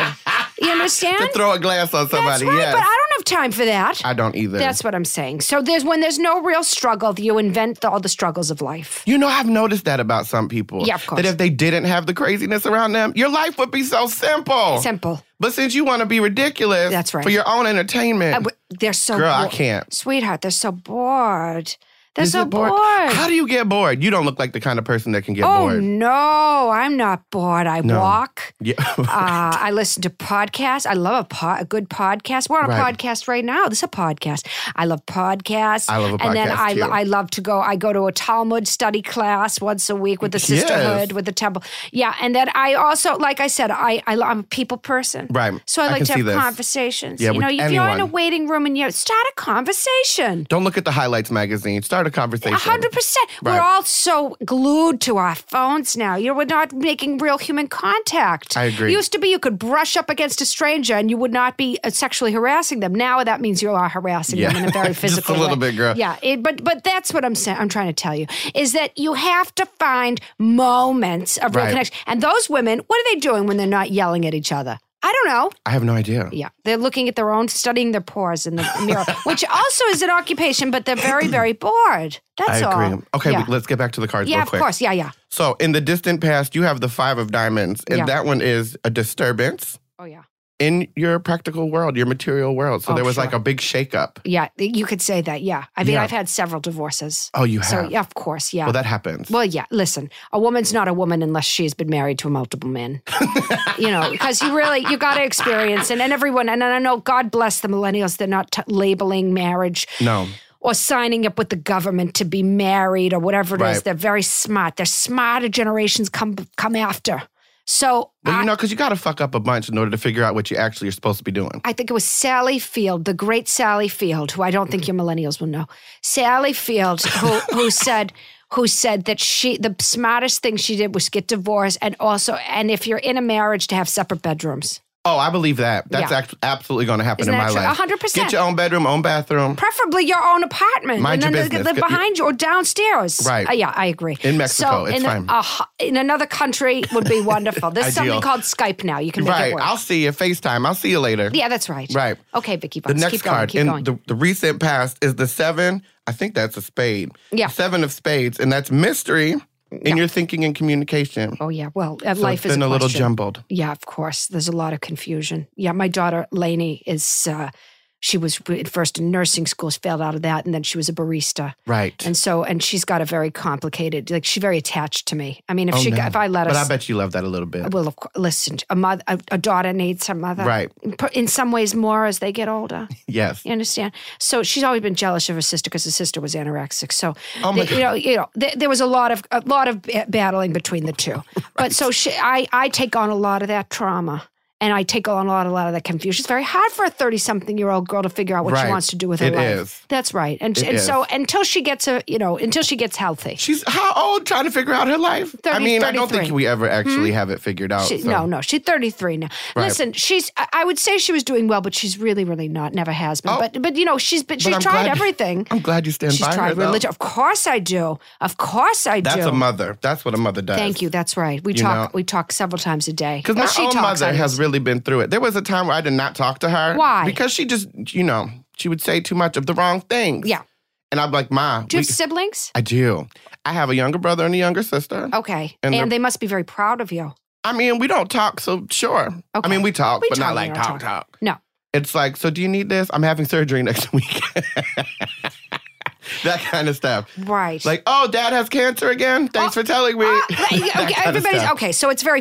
Speaker 2: you understand?
Speaker 1: to throw a glass on
Speaker 2: That's
Speaker 1: somebody.
Speaker 2: right,
Speaker 1: yes.
Speaker 2: but I don't have time for that.
Speaker 1: I don't either.
Speaker 2: That's what I'm saying. So there's when there's no real struggle, you invent the, all the struggles of life.
Speaker 1: You know, I've noticed that about some people.
Speaker 2: Yeah, of course.
Speaker 1: That if they didn't have the craziness around them, your life would be so simple.
Speaker 2: Simple.
Speaker 1: But since you want to be ridiculous
Speaker 2: That's right.
Speaker 1: for your own entertainment,
Speaker 2: I Uh, w- They're so
Speaker 1: girl, I
Speaker 2: bored.
Speaker 1: can't.
Speaker 2: sweetheart, they're so bored. They're
Speaker 1: Is
Speaker 2: so
Speaker 1: it bored?
Speaker 2: bored.
Speaker 1: How do you get bored? You don't look like the kind of person that can get
Speaker 2: oh
Speaker 1: bored.
Speaker 2: no, I'm not bored. I walk.
Speaker 1: Yeah.
Speaker 2: Uh, I listen to podcasts. I love a, po- a good podcast. We're on a
Speaker 1: Right.
Speaker 2: podcast right now. This is a podcast. I love podcasts.
Speaker 1: I love a
Speaker 2: And then
Speaker 1: podcast,
Speaker 2: I,
Speaker 1: too.
Speaker 2: I love to go. I go to a Talmud study class once a week with the
Speaker 1: Yes.
Speaker 2: sisterhood, with the temple. Yeah, and then I also, like I said, I, I am a people person.
Speaker 1: Right.
Speaker 2: So I
Speaker 1: I can
Speaker 2: like to
Speaker 1: see
Speaker 2: have
Speaker 1: this.
Speaker 2: conversations.
Speaker 1: Yeah,
Speaker 2: you
Speaker 1: with
Speaker 2: know, if you're in a
Speaker 1: anyone.
Speaker 2: waiting room and you start a conversation.
Speaker 1: don't look at the highlights magazine. Start a conversation.
Speaker 2: A hundred percent. We're
Speaker 1: Right.
Speaker 2: all so glued to our phones now. You know, we're not making real human contact.
Speaker 1: I agree.
Speaker 2: Used to be you could brush up against a stranger and you would not be uh, sexually harassing them. Now that means you are harassing
Speaker 1: Yeah.
Speaker 2: them in a very
Speaker 1: Just a
Speaker 2: physical
Speaker 1: little
Speaker 2: way.
Speaker 1: bit, girl.
Speaker 2: Yeah, it, but but that's what I'm saying. I'm trying to tell you is that you have to find moments of real
Speaker 1: Right.
Speaker 2: connection. And those women, what are they doing when they're not yelling at each other? I don't know.
Speaker 1: I have no idea.
Speaker 2: Yeah, they're looking at their own, studying their pores in the mirror, which also is an occupation, but they're very, very bored.
Speaker 1: I
Speaker 2: That's
Speaker 1: agree.
Speaker 2: all.
Speaker 1: Okay,
Speaker 2: yeah,
Speaker 1: we- let's get back to the cards
Speaker 2: yeah
Speaker 1: real
Speaker 2: of
Speaker 1: quick.
Speaker 2: course, yeah, yeah.
Speaker 1: So, in the distant past, you have the five of diamonds, and
Speaker 2: Yeah.
Speaker 1: that one is a disturbance
Speaker 2: Oh yeah,
Speaker 1: in your practical world, your material world. So
Speaker 2: Oh,
Speaker 1: there was
Speaker 2: sure.
Speaker 1: like a big shakeup.
Speaker 2: yeah. You could say that. Yeah, I mean,
Speaker 1: Yeah.
Speaker 2: I've had several divorces.
Speaker 1: Oh, you have.
Speaker 2: So yeah, of course, yeah.
Speaker 1: Well, that happens.
Speaker 2: Well, yeah. Listen, a woman's not a woman unless she's been married to multiple men. you know, because you really you got to experience, and and everyone, and I know God bless the millennials. They're not t- labeling marriage
Speaker 1: no.
Speaker 2: or signing up with the government to be married or whatever it is.
Speaker 1: Right.
Speaker 2: They're very smart. They're smarter generations come come after. So
Speaker 1: Well,
Speaker 2: I,
Speaker 1: you know, because you got to fuck up a bunch in order to figure out what you actually are supposed to be doing.
Speaker 2: I think it was Sally Field, the great Sally Field, who I don't think your millennials will know. Sally Field, who who said who said that she the smartest thing she did was get divorced and also and if you're in a marriage to have separate bedrooms.
Speaker 1: Oh, I believe that. That's
Speaker 2: Yeah.
Speaker 1: act- absolutely going to happen
Speaker 2: Isn't
Speaker 1: in my
Speaker 2: that true?
Speaker 1: life.
Speaker 2: 100%.
Speaker 1: Get your own bedroom, own bathroom.
Speaker 2: preferably your own apartment,
Speaker 1: Mind
Speaker 2: and
Speaker 1: your
Speaker 2: then
Speaker 1: business.
Speaker 2: the,
Speaker 1: Get-
Speaker 2: behind you or downstairs.
Speaker 1: Right.
Speaker 2: Uh, yeah, I agree.
Speaker 1: In Mexico,
Speaker 2: so
Speaker 1: it's
Speaker 2: in,
Speaker 1: fine.
Speaker 2: a hu- in another country would be wonderful. There's something
Speaker 1: Ideal.
Speaker 2: called Skype now. You can make it
Speaker 1: Right.
Speaker 2: work.
Speaker 1: I'll see you. FaceTime. I'll see you later.
Speaker 2: yeah, that's right.
Speaker 1: Right.
Speaker 2: Okay, Vicky.
Speaker 1: The
Speaker 2: Box.
Speaker 1: next
Speaker 2: keep going,
Speaker 1: card
Speaker 2: Keep
Speaker 1: in
Speaker 2: going.
Speaker 1: the, the recent past is the seven. I think that's a spade.
Speaker 2: Yeah.
Speaker 1: Seven of spades, and that's mystery in your thinking and communication.
Speaker 2: oh yeah. Well, uh,
Speaker 1: So
Speaker 2: life
Speaker 1: it's
Speaker 2: is
Speaker 1: been
Speaker 2: a,
Speaker 1: a, little
Speaker 2: question.
Speaker 1: jumbled.
Speaker 2: Yeah, of course. There's a lot of confusion. Yeah, my daughter Lainey is. Uh, she was at first in nursing school, failed out of that, and then she was a barista.
Speaker 1: Right.
Speaker 2: And so, and she's got a very complicated, like she's very attached to me. I mean, if
Speaker 1: Oh,
Speaker 2: she,
Speaker 1: no.
Speaker 2: if I let her,
Speaker 1: but I bet you love that a little bit.
Speaker 2: Well, of course, listen, a mother, a, a daughter needs her mother.
Speaker 1: Right.
Speaker 2: P- In some ways, more as they get older.
Speaker 1: Yes.
Speaker 2: You understand? So she's always been jealous of her sister because her sister was anorexic. So,
Speaker 1: Oh my
Speaker 2: th- you know, you know, th- there was a lot of a lot of ba- battling between the two. But so she, I, I take on a lot of that trauma. And I take on a lot, a lot of that confusion. It's very hard for a 30 something year old girl to figure out what she
Speaker 1: Right.
Speaker 2: wants to do with her
Speaker 1: It
Speaker 2: life.
Speaker 1: is.
Speaker 2: That's right. And,
Speaker 1: It
Speaker 2: and so
Speaker 1: is.
Speaker 2: until she gets a, you know, until she gets healthy.
Speaker 1: She's how old trying to figure out her life? I
Speaker 2: 30,
Speaker 1: mean, I don't
Speaker 2: 33.
Speaker 1: think we ever actually have it figured out.
Speaker 2: Hmm? She,
Speaker 1: so.
Speaker 2: No, no, she's 33 now.
Speaker 1: Right.
Speaker 2: Listen, she's. I- I would say she was doing well, but she's really, really not. Never has been.
Speaker 1: Oh.
Speaker 2: But but you know, she's been. She's
Speaker 1: I'm
Speaker 2: tried
Speaker 1: glad-
Speaker 2: everything.
Speaker 1: I'm glad you stand
Speaker 2: she's
Speaker 1: by her,
Speaker 2: tried
Speaker 1: though.
Speaker 2: religion. Of course I do. Of course I do.
Speaker 1: That's a mother. That's what a mother does.
Speaker 2: Thank you. That's right. We
Speaker 1: know.
Speaker 2: talk. we talk several times a day.
Speaker 1: Because
Speaker 2: Well,
Speaker 1: my own mother
Speaker 2: I
Speaker 1: has really been through it. There was a time where I did not talk to her.
Speaker 2: Why?
Speaker 1: Because she just, you know, she would say too much of the wrong things.
Speaker 2: Yeah.
Speaker 1: And I'm like, Ma,
Speaker 2: Do you
Speaker 1: we-
Speaker 2: have siblings?
Speaker 1: I do. I have a younger brother and a younger sister.
Speaker 2: Okay, and,
Speaker 1: And
Speaker 2: they must be very proud of you.
Speaker 1: I mean, we don't talk, so sure.
Speaker 2: Okay.
Speaker 1: I mean, we talk,
Speaker 2: We
Speaker 1: but
Speaker 2: talk,
Speaker 1: not
Speaker 2: we
Speaker 1: like
Speaker 2: don't
Speaker 1: talk, talk,
Speaker 2: talk. No.
Speaker 1: It's like, so do you need this? I'm having surgery next week. that kind of stuff.
Speaker 2: Right.
Speaker 1: Like, oh, dad has cancer again? Thanks for telling me.
Speaker 2: Uh,
Speaker 1: That
Speaker 2: okay,
Speaker 1: kind of
Speaker 2: everybody's
Speaker 1: stuff.
Speaker 2: okay. So it's very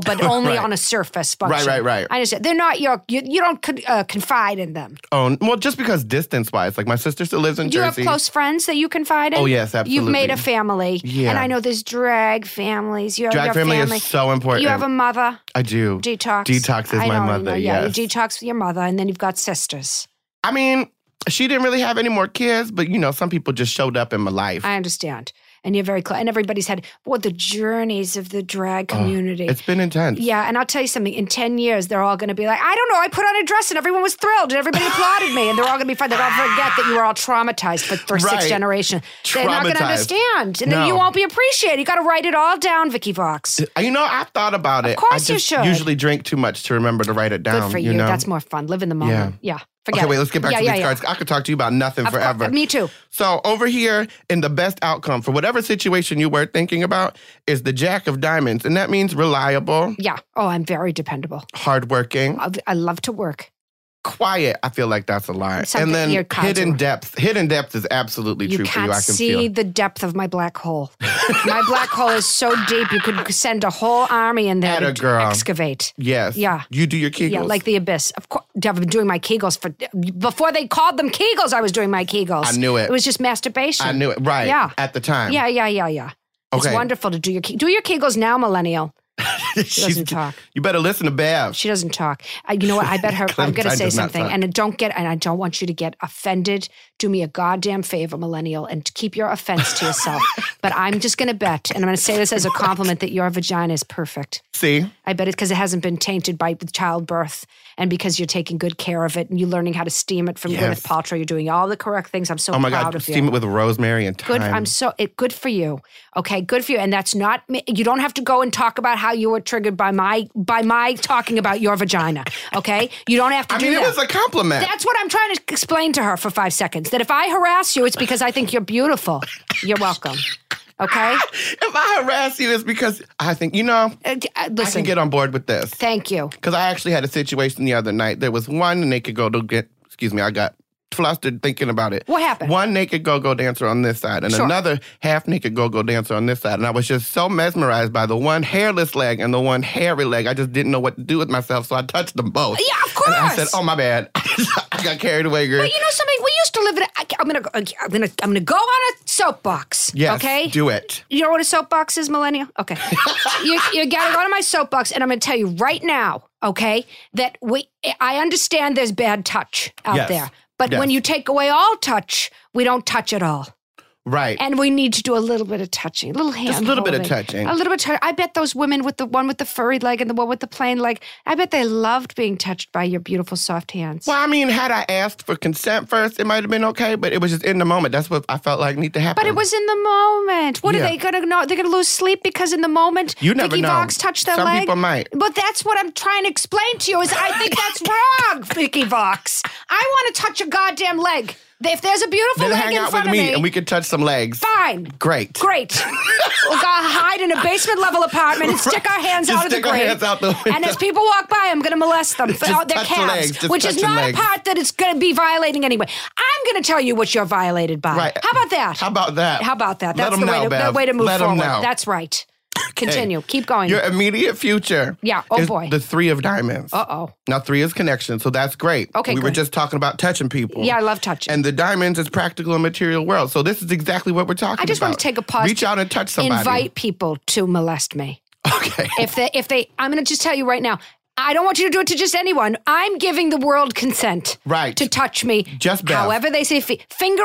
Speaker 2: but only
Speaker 1: Right.
Speaker 2: on a surface function.
Speaker 1: right, right.
Speaker 2: I understand. They're not your. You, you don't con- uh, confide in them.
Speaker 1: Oh, well, just because distance wise, like my sister still lives in
Speaker 2: Do you have
Speaker 1: Jersey.
Speaker 2: close friends that you confide in?
Speaker 1: Oh, yes,
Speaker 2: You've made a
Speaker 1: absolutely.
Speaker 2: family.
Speaker 1: Yeah.
Speaker 2: And I know there's drag families. You have
Speaker 1: Drag
Speaker 2: your
Speaker 1: family,
Speaker 2: family.
Speaker 1: is so important.
Speaker 2: you have a mother.
Speaker 1: I do.
Speaker 2: Detox.
Speaker 1: Detox is my
Speaker 2: I know, you
Speaker 1: mother,
Speaker 2: know, yeah,
Speaker 1: yes.
Speaker 2: you detox with your mother, and then you've got sisters.
Speaker 1: I mean, she didn't really have any more kids, but you know, some people just showed up in my life.
Speaker 2: I understand. And you're very close. And everybody's had what the journeys of the drag community.
Speaker 1: it's been intense.
Speaker 2: yeah, and I'll tell you something. In ten years, they're all going to be like, I don't know. I put on a dress, and everyone was thrilled, and everybody applauded me, and they're all going to be fine. They'll all forget that you were all traumatized for, for six
Speaker 1: Right.
Speaker 2: generations. They're not going to
Speaker 1: Traumatized.
Speaker 2: understand, and then you
Speaker 1: No.
Speaker 2: won't be appreciated. You got to write it all down, Vicky Vox.
Speaker 1: You know, I thought about it.
Speaker 2: course
Speaker 1: I
Speaker 2: you
Speaker 1: just
Speaker 2: should.
Speaker 1: usually drink too much to remember to write it down.
Speaker 2: Good for you.
Speaker 1: know?
Speaker 2: That's more fun. Live in the moment. Yeah. Forget
Speaker 1: Okay, wait,
Speaker 2: it.
Speaker 1: let's get back
Speaker 2: yeah,
Speaker 1: to
Speaker 2: yeah,
Speaker 1: these
Speaker 2: yeah.
Speaker 1: cards. I could talk to you about nothing
Speaker 2: Of cour-
Speaker 1: forever.
Speaker 2: me too.
Speaker 1: So over here in the best outcome for whatever situation you were thinking about is the jack of diamonds. And that means reliable,
Speaker 2: Yeah. Oh, I'm very dependable.
Speaker 1: hardworking,
Speaker 2: I, I love to work.
Speaker 1: quiet. I feel like that's a lie.
Speaker 2: Something
Speaker 1: And then
Speaker 2: your cards
Speaker 1: hidden
Speaker 2: are-
Speaker 1: depth. Hidden depth is absolutely
Speaker 2: You
Speaker 1: true for you.
Speaker 2: can't
Speaker 1: I can
Speaker 2: see
Speaker 1: feel.
Speaker 2: the depth of my black hole. my black hole is so deep you could send a whole army in there
Speaker 1: Atta
Speaker 2: to
Speaker 1: girl.
Speaker 2: excavate.
Speaker 1: Yes.
Speaker 2: Yeah.
Speaker 1: You do your kegels.
Speaker 2: Yeah, like the abyss. Of course, I've been doing my Kegels for before they called them Kegels. I was doing my Kegels.
Speaker 1: I knew it.
Speaker 2: It was just masturbation.
Speaker 1: I knew it. Right.
Speaker 2: Yeah.
Speaker 1: At the time.
Speaker 2: Yeah, yeah, yeah, yeah. It's
Speaker 1: Okay.
Speaker 2: wonderful to do your Ke- do your Kegels now, millennial.
Speaker 1: She
Speaker 2: doesn't talk.
Speaker 1: You better listen to Bev.
Speaker 2: She doesn't talk. Uh, you know what? I bet her. I'm going to
Speaker 1: Clementine
Speaker 2: say
Speaker 1: does not
Speaker 2: something,
Speaker 1: talk.
Speaker 2: and don't get. And I don't want you to get offended. Do me a goddamn favor, millennial, and keep your offense to yourself. but I'm just going to bet, and I'm going to say this as a compliment that your vagina is perfect.
Speaker 1: see?
Speaker 2: I bet it's because it hasn't been tainted by childbirth, and because you're taking good care of it, and you're learning how to steam it from
Speaker 1: Yes.
Speaker 2: Gwyneth Paltrow. You're doing all the correct things. I'm so
Speaker 1: Oh my
Speaker 2: proud
Speaker 1: God.
Speaker 2: of you.
Speaker 1: Steam it with rosemary and
Speaker 2: Good.
Speaker 1: thyme.
Speaker 2: I'm so it, good for you. Okay, good for you. And that's not. me- You don't have to go and talk about how you were triggered by my by my talking about your vagina. Okay, you don't have to
Speaker 1: I
Speaker 2: do
Speaker 1: mean, it
Speaker 2: that.
Speaker 1: was a compliment.
Speaker 2: that's what I'm trying to explain to her for five seconds. That if I harass you, it's because I think you're beautiful. You're welcome. Okay.
Speaker 1: if I harass you, it's because I think, you know,
Speaker 2: Uh, d- uh,
Speaker 1: I can
Speaker 2: listen.
Speaker 1: get on board with this.
Speaker 2: thank you.
Speaker 1: Because I actually had a situation the other night. There was one naked go to get, excuse me, I got flustered thinking about it.
Speaker 2: What happened?
Speaker 1: One naked go go dancer on this side and
Speaker 2: Sure.
Speaker 1: another half naked go go dancer on this side. And I was just so mesmerized by the one hairless leg and the one hairy leg. I just didn't know what to do with myself. So I touched them both.
Speaker 2: Yeah, of
Speaker 1: And I said,
Speaker 2: course.
Speaker 1: oh, my bad. I got carried away, girl.
Speaker 2: But you know something? We used to live in. A, I, I'm gonna. go- I'm gonna. I'm gonna go on a soapbox.
Speaker 1: yes,
Speaker 2: Okay.
Speaker 1: do it.
Speaker 2: You know what a soapbox is, millennial? Okay. you, you gotta go to my soapbox, and I'm gonna tell you right now, okay, that we I understand there's bad touch out
Speaker 1: Yes.
Speaker 2: there. But
Speaker 1: Yes.
Speaker 2: when you take away all touch, we don't touch at all.
Speaker 1: Right.
Speaker 2: And we need to do a little bit of touching, a little hand.
Speaker 1: a little bit of
Speaker 2: holding,
Speaker 1: touching.
Speaker 2: A little bit of touch. I bet those women with the one with the furry leg and the one with the plain leg, I bet they loved being touched by your beautiful soft hands.
Speaker 1: well, I mean, had I asked for consent first, it might have been okay, but it was just in the moment. That's what I felt like need to happen.
Speaker 2: But it was in the moment. What are
Speaker 1: Yeah.
Speaker 2: they gonna know? They're gonna lose sleep because in the moment,
Speaker 1: You never
Speaker 2: Vicky
Speaker 1: know.
Speaker 2: Vox touched their
Speaker 1: Some
Speaker 2: leg.
Speaker 1: people might.
Speaker 2: But that's what I'm trying to explain to you. Is I think that's wrong, Vicky Vox. I want to touch a goddamn leg. If there's a beautiful
Speaker 1: Then
Speaker 2: leg
Speaker 1: hang
Speaker 2: in
Speaker 1: out
Speaker 2: front
Speaker 1: with me,
Speaker 2: of me,
Speaker 1: and we could touch some legs.
Speaker 2: fine.
Speaker 1: Great.
Speaker 2: Great. we'll go hide in a basement level apartment and stick our hands
Speaker 1: Just
Speaker 2: out of the
Speaker 1: stick our
Speaker 2: grave.
Speaker 1: hands out the
Speaker 2: and
Speaker 1: window.
Speaker 2: as people walk by, I'm going to molest them for
Speaker 1: Just
Speaker 2: all their
Speaker 1: touch the
Speaker 2: calves,
Speaker 1: legs, just
Speaker 2: which is
Speaker 1: touch the
Speaker 2: not
Speaker 1: legs.
Speaker 2: a part that it's going to be violating anyway. I'm going to tell you what you're violated by.
Speaker 1: Right.
Speaker 2: How about that?
Speaker 1: How about that?
Speaker 2: How about
Speaker 1: Let
Speaker 2: that? That's
Speaker 1: 'em
Speaker 2: the way,
Speaker 1: know,
Speaker 2: to, the
Speaker 1: Bev.
Speaker 2: way to move
Speaker 1: Let 'em
Speaker 2: forward.
Speaker 1: know.
Speaker 2: That's right. Continue. Keep going.
Speaker 1: Your immediate future.
Speaker 2: Yeah, oh
Speaker 1: is
Speaker 2: boy.
Speaker 1: The three of diamonds.
Speaker 2: Uh oh.
Speaker 1: Now three is connection, so that's great.
Speaker 2: Okay,
Speaker 1: We were
Speaker 2: good.
Speaker 1: just talking about touching people.
Speaker 2: Yeah, I love touching.
Speaker 1: And the diamonds is practical and material world. So this is exactly what we're talking about.
Speaker 2: I just want to take a pause.
Speaker 1: Reach
Speaker 2: to
Speaker 1: out and touch somebody.
Speaker 2: Invite people to molest me.
Speaker 1: Okay.
Speaker 2: If they, if they, I'm going to just tell you right now. I don't want you to do it to just anyone. I'm giving the world consent
Speaker 1: Right.
Speaker 2: to touch me.
Speaker 1: Just Bev.
Speaker 2: However they say fi- finger